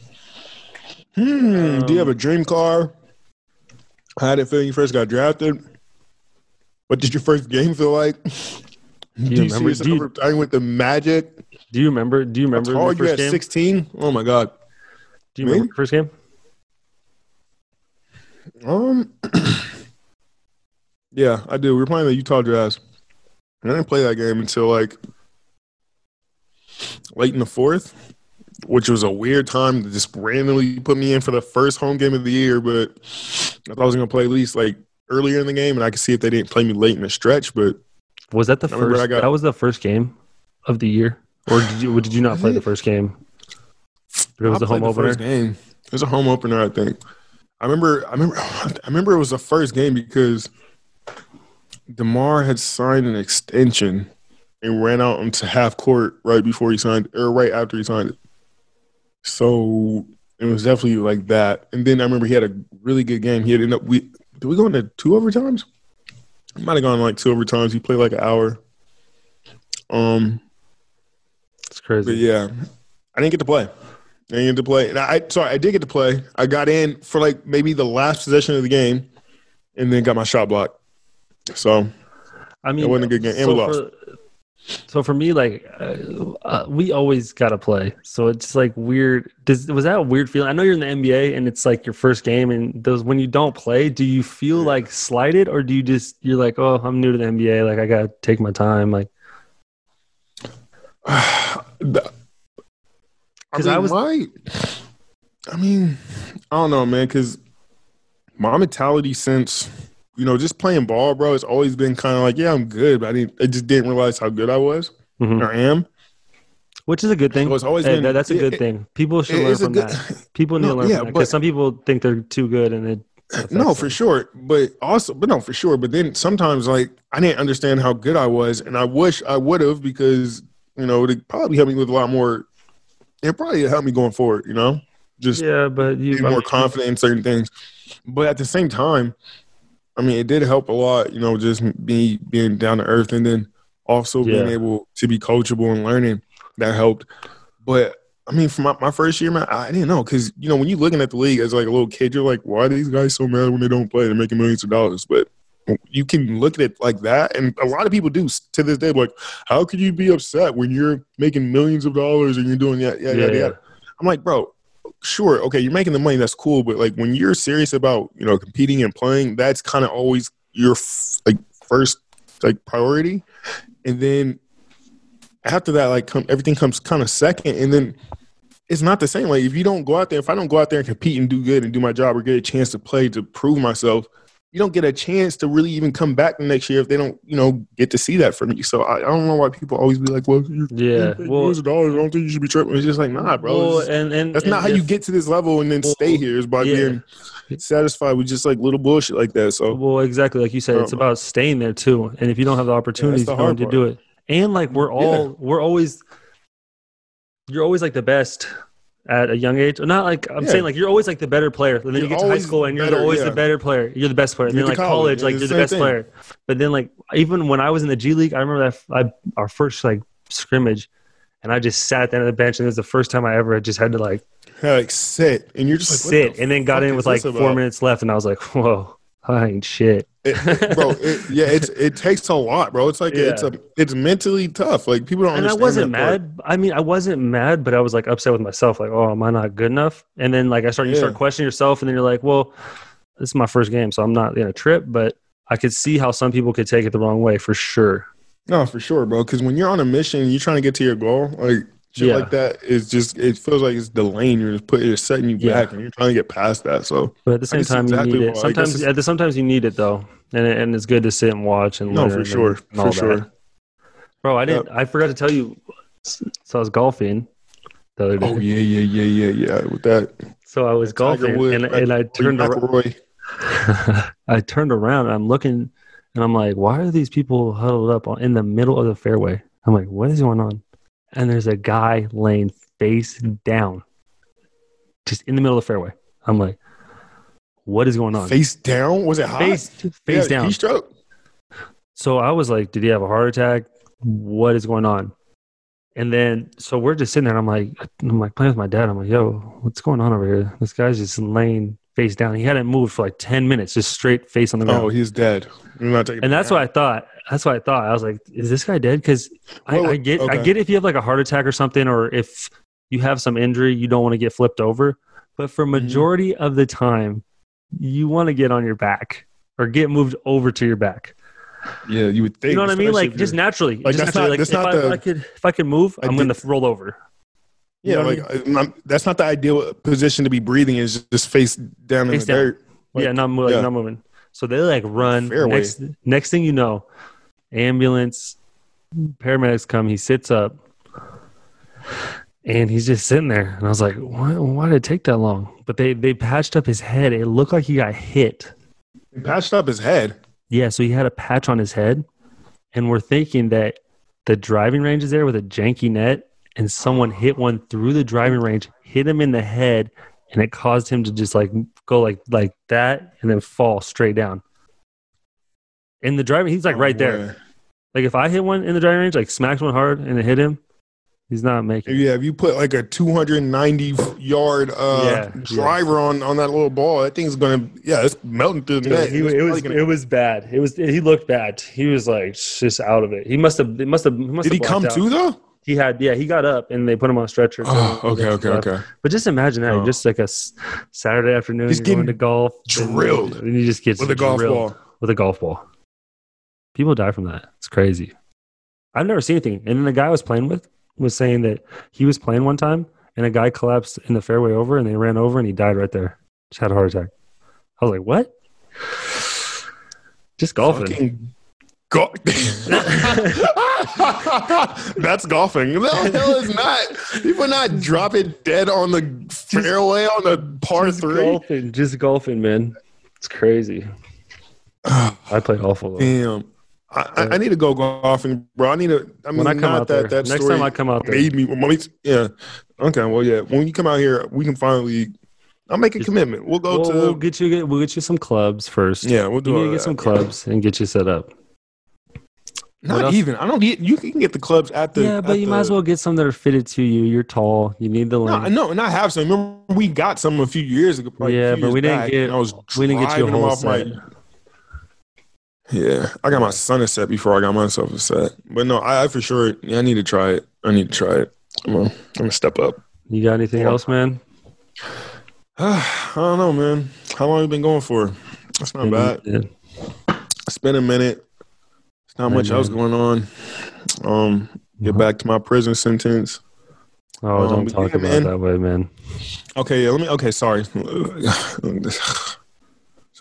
[SPEAKER 1] Hmm. do you
[SPEAKER 2] Um,
[SPEAKER 1] have a dream car? How did it feel when you first got drafted? What did your first game feel like? Do you,
[SPEAKER 2] remember-
[SPEAKER 1] see
[SPEAKER 2] do you-
[SPEAKER 1] yourself retiring with the Magic?
[SPEAKER 2] Do you remember? Do you remember
[SPEAKER 1] How
[SPEAKER 2] your
[SPEAKER 1] old you
[SPEAKER 2] first
[SPEAKER 1] at?
[SPEAKER 2] game?
[SPEAKER 1] Sixteen? Oh my god.
[SPEAKER 2] do you remember
[SPEAKER 1] me?
[SPEAKER 2] your first game?
[SPEAKER 1] Um. yeah, I do. We were playing the Utah Jazz, and I didn't play that game until like late in the fourth, which was a weird time to just randomly put me in for the first home game of the year. But I thought I was gonna play at least like earlier in the game, and I could see if they didn't play me late in the stretch. But
[SPEAKER 2] Was that the
[SPEAKER 1] I remember I
[SPEAKER 2] first?
[SPEAKER 1] got-
[SPEAKER 2] that was the first game of the year, or did you? Did you not play the first game? It was
[SPEAKER 1] I
[SPEAKER 2] the home
[SPEAKER 1] played
[SPEAKER 2] opener.
[SPEAKER 1] First game. It was a home opener, I think. I remember. I remember. I remember it was the first game because Demar had signed an extension and ran out into half court right before he signed, or right after he signed it. So it was definitely like that. And then I remember he had a really good game. He had ended up. We did we go into two overtimes? He might have gone like two overtimes. He played like an hour. Um,
[SPEAKER 2] It's crazy.
[SPEAKER 1] but yeah, I didn't get to play. I didn't get to play. And I sorry, I did get to play. I got in for like maybe the last possession of the game, and then got my shot blocked. So
[SPEAKER 2] I mean,
[SPEAKER 1] wasn't a good game, and we lost.
[SPEAKER 2] For, so for me, like, uh, uh, we always got to play. So it's just, like weird. Does was that a weird feeling? I know you're in the NBA and it's like your first game, and those when you don't play, do you feel
[SPEAKER 1] Yeah.
[SPEAKER 2] like slighted, or do you just you're like, oh, I'm new to the NBA, like I gotta take my time, like
[SPEAKER 1] the- I
[SPEAKER 2] 'Cause
[SPEAKER 1] mean,
[SPEAKER 2] I was-
[SPEAKER 1] my, I mean, I don't know, man. Because my mentality since you know just playing ball, bro, it's always been kind of like, yeah, I'm good, but I didn't. I just didn't realize how good I was
[SPEAKER 2] mhm.
[SPEAKER 1] or am.
[SPEAKER 2] which is a good thing.
[SPEAKER 1] So it's always
[SPEAKER 2] Hey,
[SPEAKER 1] been
[SPEAKER 2] that- that's a
[SPEAKER 1] yeah,
[SPEAKER 2] good
[SPEAKER 1] it-
[SPEAKER 2] thing. People should
[SPEAKER 1] it
[SPEAKER 2] learn
[SPEAKER 1] is a
[SPEAKER 2] from
[SPEAKER 1] good-
[SPEAKER 2] that. People need
[SPEAKER 1] No,
[SPEAKER 2] to learn
[SPEAKER 1] yeah,
[SPEAKER 2] from that
[SPEAKER 1] but-
[SPEAKER 2] because some people think they're too good and it
[SPEAKER 1] No, for sure. But also, but no, for sure. But then sometimes, like, I didn't understand how good I was, and I wish I would have because you know it probably helped me with a lot more. It probably helped me going forward. You know, just
[SPEAKER 2] yeah, but you
[SPEAKER 1] be more confident in certain things. But at the same time, I mean, it did help a lot. You know, just me being down to earth, and then also being
[SPEAKER 2] Yeah.
[SPEAKER 1] able to be coachable and learning that helped. But I mean, for my, my first year, man, I didn't know because you know when you're looking at the league as like a little kid, you're like, why are these guys so mad when they don't play? They're making millions of dollars, but you can look at it like that, and a lot of people do s- to this day. Like, how could you be upset when you're making millions of dollars and you're doing yeah, yeah, yeah, yeah? I'm like, bro, sure, okay, you're making the money, that's cool, but like when you're serious about you know competing and playing, that's kind of always your f- like first like priority, and then after that, like come everything comes kind of second, and then it's not the same. Like if you don't go out there, if I don't go out there and compete and do good and do my job or get a chance to play to prove myself. You don't get a chance to really even come back the next year if they don't, you know, get to see that from you. So I, I don't know why people always be like, "Well, you're
[SPEAKER 2] Yeah,
[SPEAKER 1] you paid
[SPEAKER 2] well-
[SPEAKER 1] millions of dollars. I don't think you should be tripping." It's just like, nah, bro.
[SPEAKER 2] Well,
[SPEAKER 1] It's-
[SPEAKER 2] and, and
[SPEAKER 1] that's not
[SPEAKER 2] and
[SPEAKER 1] how you
[SPEAKER 2] if-
[SPEAKER 1] get to this level and then stay
[SPEAKER 2] Well,
[SPEAKER 1] here is by
[SPEAKER 2] yeah.
[SPEAKER 1] being satisfied with just like little bullshit like that. So
[SPEAKER 2] Well, exactly, like you said, it's
[SPEAKER 1] Um,
[SPEAKER 2] about staying there too. And if you don't have the opportunities,
[SPEAKER 1] the
[SPEAKER 2] you don't
[SPEAKER 1] hard
[SPEAKER 2] to do it. And like we're all, we're always, you're always like the best at a young age. Not like I'm
[SPEAKER 1] Yeah.
[SPEAKER 2] saying, like you're always like the better player. And then
[SPEAKER 1] You're
[SPEAKER 2] you get to high
[SPEAKER 1] always
[SPEAKER 2] school and you're
[SPEAKER 1] better,
[SPEAKER 2] always
[SPEAKER 1] yeah.
[SPEAKER 2] the better player. You're the best player. And
[SPEAKER 1] You
[SPEAKER 2] then
[SPEAKER 1] get
[SPEAKER 2] like
[SPEAKER 1] to college,
[SPEAKER 2] college,
[SPEAKER 1] and
[SPEAKER 2] like
[SPEAKER 1] it's
[SPEAKER 2] you're the
[SPEAKER 1] the
[SPEAKER 2] best
[SPEAKER 1] same
[SPEAKER 2] player. But then like even when I was in the G League, I remember that f- I our first like scrimmage, and I just sat down at the bench, and it was the first time I ever just had to like
[SPEAKER 1] like sit and you're just like, what
[SPEAKER 2] sit,
[SPEAKER 1] the
[SPEAKER 2] and then got
[SPEAKER 1] fuck
[SPEAKER 2] in
[SPEAKER 1] is
[SPEAKER 2] with like
[SPEAKER 1] this
[SPEAKER 2] four
[SPEAKER 1] about?
[SPEAKER 2] minutes left, and I was like, whoa, I ain't shit.
[SPEAKER 1] It- bro, it, yeah, it's it takes a lot, bro. It's like
[SPEAKER 2] Yeah.
[SPEAKER 1] it's a it's mentally tough. Like people don't.
[SPEAKER 2] and I
[SPEAKER 1] understand
[SPEAKER 2] wasn't
[SPEAKER 1] that part.
[SPEAKER 2] mad. I mean, I wasn't mad, but I was like upset with myself. Like, oh, am I not good enough? And then like I start, you start
[SPEAKER 1] Yeah.
[SPEAKER 2] questioning yourself, and then you're like, well, this is my first game, so I'm not gonna trip. But I could see how some people could take it the wrong way for sure.
[SPEAKER 1] No, for sure, bro. Because when you're on a mission, and you're trying to get to your goal, like shit
[SPEAKER 2] Yeah.
[SPEAKER 1] like that is just it feels like it's the lane you're just putting, it's setting you
[SPEAKER 2] Yeah.
[SPEAKER 1] back, and you're trying to get past that. So
[SPEAKER 2] But at the same
[SPEAKER 1] can see
[SPEAKER 2] time,
[SPEAKER 1] exactly
[SPEAKER 2] you need
[SPEAKER 1] why.
[SPEAKER 2] it.
[SPEAKER 1] I guess
[SPEAKER 2] Sometimes,
[SPEAKER 1] it's-
[SPEAKER 2] at the, sometimes you need it though, and it- and it's good to sit and watch and
[SPEAKER 1] no,
[SPEAKER 2] learn
[SPEAKER 1] for
[SPEAKER 2] and-
[SPEAKER 1] sure,
[SPEAKER 2] and all
[SPEAKER 1] for sure.
[SPEAKER 2] that. Bro, I didn't. I forgot to tell you. So I was golfing the other day.
[SPEAKER 1] Oh yeah, yeah, yeah, yeah, yeah. With that,
[SPEAKER 2] So I was golfing,
[SPEAKER 1] Woods,
[SPEAKER 2] and, and I turned around.
[SPEAKER 1] McElroy.
[SPEAKER 2] I turned around and I'm looking and I'm like, why are these people huddled up on- in the middle of the fairway? I'm like, what is going on? And there's a guy laying face down, just in the middle of the fairway. I'm like, what is going on?
[SPEAKER 1] face down. Was it hot?
[SPEAKER 2] face, face down.
[SPEAKER 1] He stroke.
[SPEAKER 2] So I was like, did he have a heart attack? What is going on? And then, so we're just sitting there, and I'm like, I'm like playing with my dad. I'm like, yo, what's going on over here? This guy's just laying face down. He hadn't moved for like 10 minutes, just straight face on the ground.
[SPEAKER 1] Oh, he's dead. You're not taking
[SPEAKER 2] and that's
[SPEAKER 1] why.
[SPEAKER 2] what I thought. That's what I thought. I was like, "Is this guy dead?" Because I,
[SPEAKER 1] Well,
[SPEAKER 2] I get, I
[SPEAKER 1] okay.
[SPEAKER 2] get if you have like a heart attack or something, or if you have some injury, you don't want to get flipped over. But
[SPEAKER 1] Mm-hmm.
[SPEAKER 2] for majority of the time, you want to get on your back or get moved over to your back.
[SPEAKER 1] Yeah, you would think.
[SPEAKER 2] you know what I mean?
[SPEAKER 1] especially
[SPEAKER 2] Like
[SPEAKER 1] if
[SPEAKER 2] just
[SPEAKER 1] you're-
[SPEAKER 2] naturally,
[SPEAKER 1] Like,
[SPEAKER 2] just
[SPEAKER 1] that's
[SPEAKER 2] naturally.
[SPEAKER 1] not-
[SPEAKER 2] like
[SPEAKER 1] that's
[SPEAKER 2] if,
[SPEAKER 1] not
[SPEAKER 2] I,
[SPEAKER 1] the-
[SPEAKER 2] I could, if I could move,
[SPEAKER 1] I
[SPEAKER 2] I'm
[SPEAKER 1] did-
[SPEAKER 2] going to roll over. You
[SPEAKER 1] Yeah,
[SPEAKER 2] know what I
[SPEAKER 1] like I- I'm- that's not the ideal position to be breathing. Is just- just face down in
[SPEAKER 2] Face
[SPEAKER 1] the
[SPEAKER 2] down.
[SPEAKER 1] dirt. Like,
[SPEAKER 2] yeah, not moving. Like,
[SPEAKER 1] yeah.
[SPEAKER 2] Not moving. So they like run.
[SPEAKER 1] Fairway.
[SPEAKER 2] Next, next thing you know, ambulance, paramedics come. He sits up, and he's just sitting there. And I was like, why, why did it take that long? But they they patched up his head. It looked like he got hit.
[SPEAKER 1] He patched up his head.
[SPEAKER 2] Yeah, so he had a patch on his head, and we're thinking that the driving range is there with a janky net, and someone hit one through the driving range, hit him in the head, and it caused him to just like go like like that and then fall straight down. In the driving, he's
[SPEAKER 1] Oh,
[SPEAKER 2] like right there. Like if I hit one in the driving range, like smacked one hard and it hit him, he's not making. it.
[SPEAKER 1] Yeah, if you put like a 290 yard uh,
[SPEAKER 2] Yeah,
[SPEAKER 1] driver on on that little ball, that thing's gonna yeah, it's melting through the net.
[SPEAKER 2] He-
[SPEAKER 1] It's
[SPEAKER 2] it was
[SPEAKER 1] probably gonna-
[SPEAKER 2] it was bad. It was he looked bad. He was like just out of it. He must have. It must have. He must
[SPEAKER 1] Did he
[SPEAKER 2] have blacked
[SPEAKER 1] come to
[SPEAKER 2] out.
[SPEAKER 1] though?
[SPEAKER 2] He had yeah. He got up and they put him on a stretcher.
[SPEAKER 1] Oh, okay, okay,
[SPEAKER 2] Left.
[SPEAKER 1] okay.
[SPEAKER 2] But just imagine that,
[SPEAKER 1] Oh.
[SPEAKER 2] just like a s- Saturday afternoon,
[SPEAKER 1] Just
[SPEAKER 2] you're going
[SPEAKER 1] getting
[SPEAKER 2] to golf,
[SPEAKER 1] drilled
[SPEAKER 2] and, and you just get
[SPEAKER 1] With a golf
[SPEAKER 2] drilled
[SPEAKER 1] ball.
[SPEAKER 2] with a golf ball. People die from that. It's crazy. I've never seen anything. And then the guy I was playing with was saying that he was playing one time, and a guy collapsed in the fairway over, and they ran over, and he died right there. Just had a heart attack. I was like, what? Just golfing.
[SPEAKER 1] Fucking go- That's golfing. No, hell is not. People not drop it dead on the fairway on the par
[SPEAKER 2] just
[SPEAKER 1] three.
[SPEAKER 2] golfing. Just golfing, man. It's crazy. I played awful. Though.
[SPEAKER 1] Damn. I, I, I need to go golfing, bro. I need to. I mean,
[SPEAKER 2] when I come
[SPEAKER 1] not
[SPEAKER 2] out
[SPEAKER 1] that
[SPEAKER 2] there,
[SPEAKER 1] that
[SPEAKER 2] next
[SPEAKER 1] story
[SPEAKER 2] time I come out there,
[SPEAKER 1] made me. well, me- Yeah. Okay. Well, yeah. When you come out here, we can finally. I'll make a
[SPEAKER 2] Just-
[SPEAKER 1] commitment. We'll go
[SPEAKER 2] we'll,
[SPEAKER 1] to.
[SPEAKER 2] we'll get you. We'll get you some clubs first.
[SPEAKER 1] yeah, we'll do.
[SPEAKER 2] you need
[SPEAKER 1] all
[SPEAKER 2] to get
[SPEAKER 1] that.
[SPEAKER 2] some clubs and get you set up. What
[SPEAKER 1] Not
[SPEAKER 2] else?
[SPEAKER 1] even. I don't get. You can get the clubs at the.
[SPEAKER 2] yeah, but
[SPEAKER 1] at
[SPEAKER 2] you might as
[SPEAKER 1] the-
[SPEAKER 2] well get some that are fitted to you. You're tall. You need the
[SPEAKER 1] No,
[SPEAKER 2] length.
[SPEAKER 1] no, and I have some. Remember, we got some a few years ago. like, a
[SPEAKER 2] Yeah,
[SPEAKER 1] few
[SPEAKER 2] but we
[SPEAKER 1] years
[SPEAKER 2] didn't
[SPEAKER 1] back,
[SPEAKER 2] get-
[SPEAKER 1] and I was
[SPEAKER 2] we didn't get you a
[SPEAKER 1] driving them
[SPEAKER 2] whole
[SPEAKER 1] off my-
[SPEAKER 2] set.
[SPEAKER 1] Yeah, I got my son a set before I got myself a set. But no, I, I for sure. Yeah, I need to try it. I need to try it. I'm gonna, I'm gonna step up.
[SPEAKER 2] You got anything
[SPEAKER 1] Yeah.
[SPEAKER 2] else, man?
[SPEAKER 1] I don't know, man. How long you been going for? That's not bad.
[SPEAKER 2] Yeah.
[SPEAKER 1] It's been a minute. It's not much
[SPEAKER 2] Amen.
[SPEAKER 1] else going on. Um,
[SPEAKER 2] Uh-huh.
[SPEAKER 1] get back to my prison sentence.
[SPEAKER 2] Oh,
[SPEAKER 1] Um,
[SPEAKER 2] don't
[SPEAKER 1] but
[SPEAKER 2] talk
[SPEAKER 1] yeah,
[SPEAKER 2] about
[SPEAKER 1] man.
[SPEAKER 2] it that way, man.
[SPEAKER 1] Okay, yeah. Let me. Okay, sorry.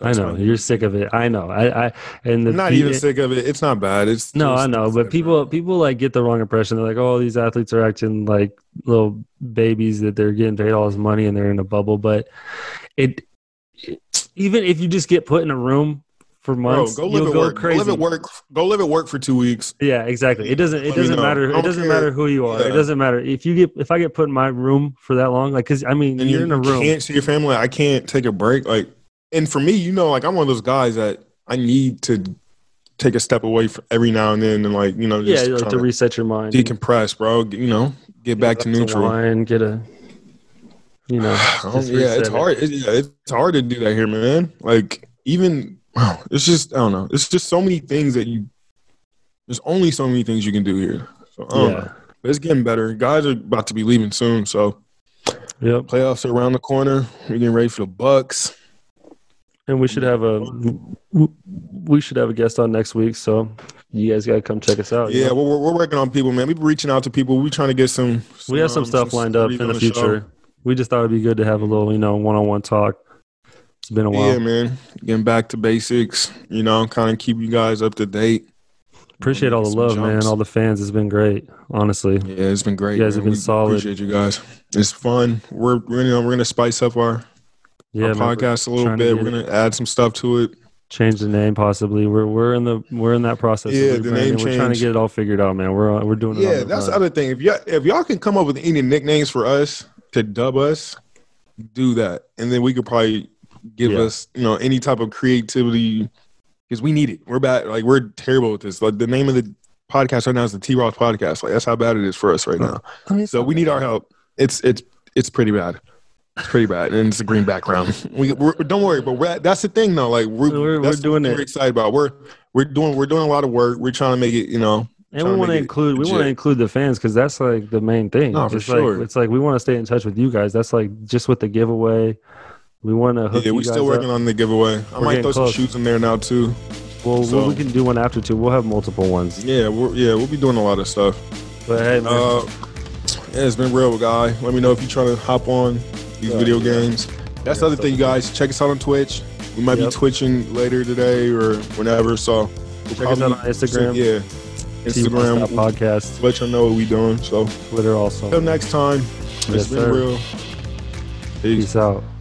[SPEAKER 2] I know you're sick of it. I know. I, I and the
[SPEAKER 1] I'm not
[SPEAKER 2] pe-
[SPEAKER 1] even sick of it. It's not bad. It's
[SPEAKER 2] No, I
[SPEAKER 1] it's-
[SPEAKER 2] know,
[SPEAKER 1] it's
[SPEAKER 2] but
[SPEAKER 1] different.
[SPEAKER 2] people people like get the wrong impression. They're like, oh, these athletes are acting like little babies that they're getting paid all this money and they're in a bubble. But it, it- even if you just get put in a room for
[SPEAKER 1] Bro,
[SPEAKER 2] months,
[SPEAKER 1] go live
[SPEAKER 2] you'll
[SPEAKER 1] at
[SPEAKER 2] go
[SPEAKER 1] work.
[SPEAKER 2] crazy.
[SPEAKER 1] Go live at work. Go live at work for two weeks.
[SPEAKER 2] Yeah, exactly. It doesn't. It
[SPEAKER 1] Let me
[SPEAKER 2] doesn't
[SPEAKER 1] know. I
[SPEAKER 2] matter. It
[SPEAKER 1] don't
[SPEAKER 2] doesn't
[SPEAKER 1] care.
[SPEAKER 2] matter who you are. It
[SPEAKER 1] Yeah.
[SPEAKER 2] doesn't matter if you get if I get put in my room for that long. Like, cause I mean,
[SPEAKER 1] And
[SPEAKER 2] you're
[SPEAKER 1] you
[SPEAKER 2] in a room.
[SPEAKER 1] can't see your family. I can't take a break. Like, and for me, you know, like I'm one of those guys that I need to take a step away for every now and then, and like you know,
[SPEAKER 2] Yeah,
[SPEAKER 1] just
[SPEAKER 2] like
[SPEAKER 1] trying
[SPEAKER 2] to
[SPEAKER 1] to
[SPEAKER 2] reset your mind. and
[SPEAKER 1] decompress, bro. Get- You know, get back to
[SPEAKER 2] glass of
[SPEAKER 1] neutral.
[SPEAKER 2] wine, get a, you know,
[SPEAKER 1] Oh,
[SPEAKER 2] just
[SPEAKER 1] yeah,
[SPEAKER 2] reset
[SPEAKER 1] it's
[SPEAKER 2] it.
[SPEAKER 1] hard. It, yeah, it's hard to do that here, man. Like even wow, it's just I don't know. It's just so many things that you. There's only so many things you can do here. So, I don't know.
[SPEAKER 2] Yeah.
[SPEAKER 1] But it's getting better. Guys are about to be leaving soon, so
[SPEAKER 2] Yep.
[SPEAKER 1] playoffs are around the corner. We're getting ready for the Bucks.
[SPEAKER 2] And we should have a w- we should have a guest on next week, so you guys gotta come check us out. you
[SPEAKER 1] yeah,
[SPEAKER 2] know?
[SPEAKER 1] we're, we're- we're working on people, man. We've been reaching out to people. We're trying to get some.
[SPEAKER 2] we have some
[SPEAKER 1] um,
[SPEAKER 2] stuff lined up
[SPEAKER 1] celebrities
[SPEAKER 2] in
[SPEAKER 1] on
[SPEAKER 2] the future.
[SPEAKER 1] show.
[SPEAKER 2] We just thought it'd be good to have a little, you know, one-on-one talk. It's been a while.
[SPEAKER 1] Yeah, man. Getting back to basics, you know, kind of keep you guys up to date.
[SPEAKER 2] Appreciate all the
[SPEAKER 1] Some
[SPEAKER 2] love, man.
[SPEAKER 1] jumps.
[SPEAKER 2] All the fans. It's been great, honestly.
[SPEAKER 1] Yeah, it's been great.
[SPEAKER 2] You guys have
[SPEAKER 1] man.
[SPEAKER 2] been
[SPEAKER 1] We
[SPEAKER 2] solid.
[SPEAKER 1] Appreciate you guys. It's fun. We're we're gonna, we're gonna spice up our,
[SPEAKER 2] Yeah,
[SPEAKER 1] our
[SPEAKER 2] man, we're
[SPEAKER 1] podcast a
[SPEAKER 2] trying
[SPEAKER 1] little
[SPEAKER 2] to
[SPEAKER 1] bit.
[SPEAKER 2] get
[SPEAKER 1] We're gonna add some stuff to it.
[SPEAKER 2] change the name possibly. We're we're in the we're in that process. of
[SPEAKER 1] Yeah, the
[SPEAKER 2] rebranding.
[SPEAKER 1] name
[SPEAKER 2] We're trying to
[SPEAKER 1] change.
[SPEAKER 2] get it all figured out, man. We're on- we're doing it. on
[SPEAKER 1] Yeah,
[SPEAKER 2] the
[SPEAKER 1] that's the
[SPEAKER 2] run.
[SPEAKER 1] other thing. If y'all if y'all can come up with any nicknames for us to dub us, do that, and then we could probably give
[SPEAKER 2] Yeah.
[SPEAKER 1] us you know any type of creativity because we need it. We're bad, like we're terrible with this. Like the name of the podcast right now is the T Ross Podcast. Like that's how bad it is for us right now.
[SPEAKER 2] I mean,
[SPEAKER 1] So we need our help. It's it's it's pretty bad. It's pretty bad, and it's a green background. We we're, don't worry, but we're, that's the thing though. Like we're
[SPEAKER 2] We're- we're
[SPEAKER 1] that's the
[SPEAKER 2] doing
[SPEAKER 1] thing
[SPEAKER 2] it.
[SPEAKER 1] We're excited about. We're we're doing we're doing a lot of work. We're trying to make it. You know.
[SPEAKER 2] and
[SPEAKER 1] trying
[SPEAKER 2] we
[SPEAKER 1] to
[SPEAKER 2] want to
[SPEAKER 1] make it
[SPEAKER 2] include we want to
[SPEAKER 1] legit.
[SPEAKER 2] include the fans because that's like the main thing.
[SPEAKER 1] No, for
[SPEAKER 2] it's
[SPEAKER 1] sure.
[SPEAKER 2] Like, it's like we want to stay in touch with you guys. That's like just with the giveaway. We want to hook
[SPEAKER 1] Yeah,
[SPEAKER 2] you
[SPEAKER 1] we're
[SPEAKER 2] guys
[SPEAKER 1] still working
[SPEAKER 2] up.
[SPEAKER 1] on the giveaway. I
[SPEAKER 2] We're
[SPEAKER 1] might
[SPEAKER 2] getting
[SPEAKER 1] throw
[SPEAKER 2] close.
[SPEAKER 1] some shoes in there now too.
[SPEAKER 2] well, well, we
[SPEAKER 1] so-
[SPEAKER 2] can do one after two. We'll have multiple ones.
[SPEAKER 1] Yeah, we're, yeah, we'll be doing a lot of stuff.
[SPEAKER 2] But hey, man,
[SPEAKER 1] Uh, yeah, it's been real, guy. Let me know if you're trying to hop on these
[SPEAKER 2] Yeah.
[SPEAKER 1] video games. That's the other thing, guys. Check us out on Twitch. We might
[SPEAKER 2] Yep.
[SPEAKER 1] be twitching later today or whenever. So we'll
[SPEAKER 2] Check us out on Instagram.
[SPEAKER 1] Yeah,
[SPEAKER 2] T One Stop
[SPEAKER 1] Instagram.
[SPEAKER 2] podcast,
[SPEAKER 1] Let y'all know what we doing. So
[SPEAKER 2] Twitter also.
[SPEAKER 1] till next time,
[SPEAKER 2] Yes,
[SPEAKER 1] it's been
[SPEAKER 2] sir.
[SPEAKER 1] real. Peace.
[SPEAKER 2] Peace out.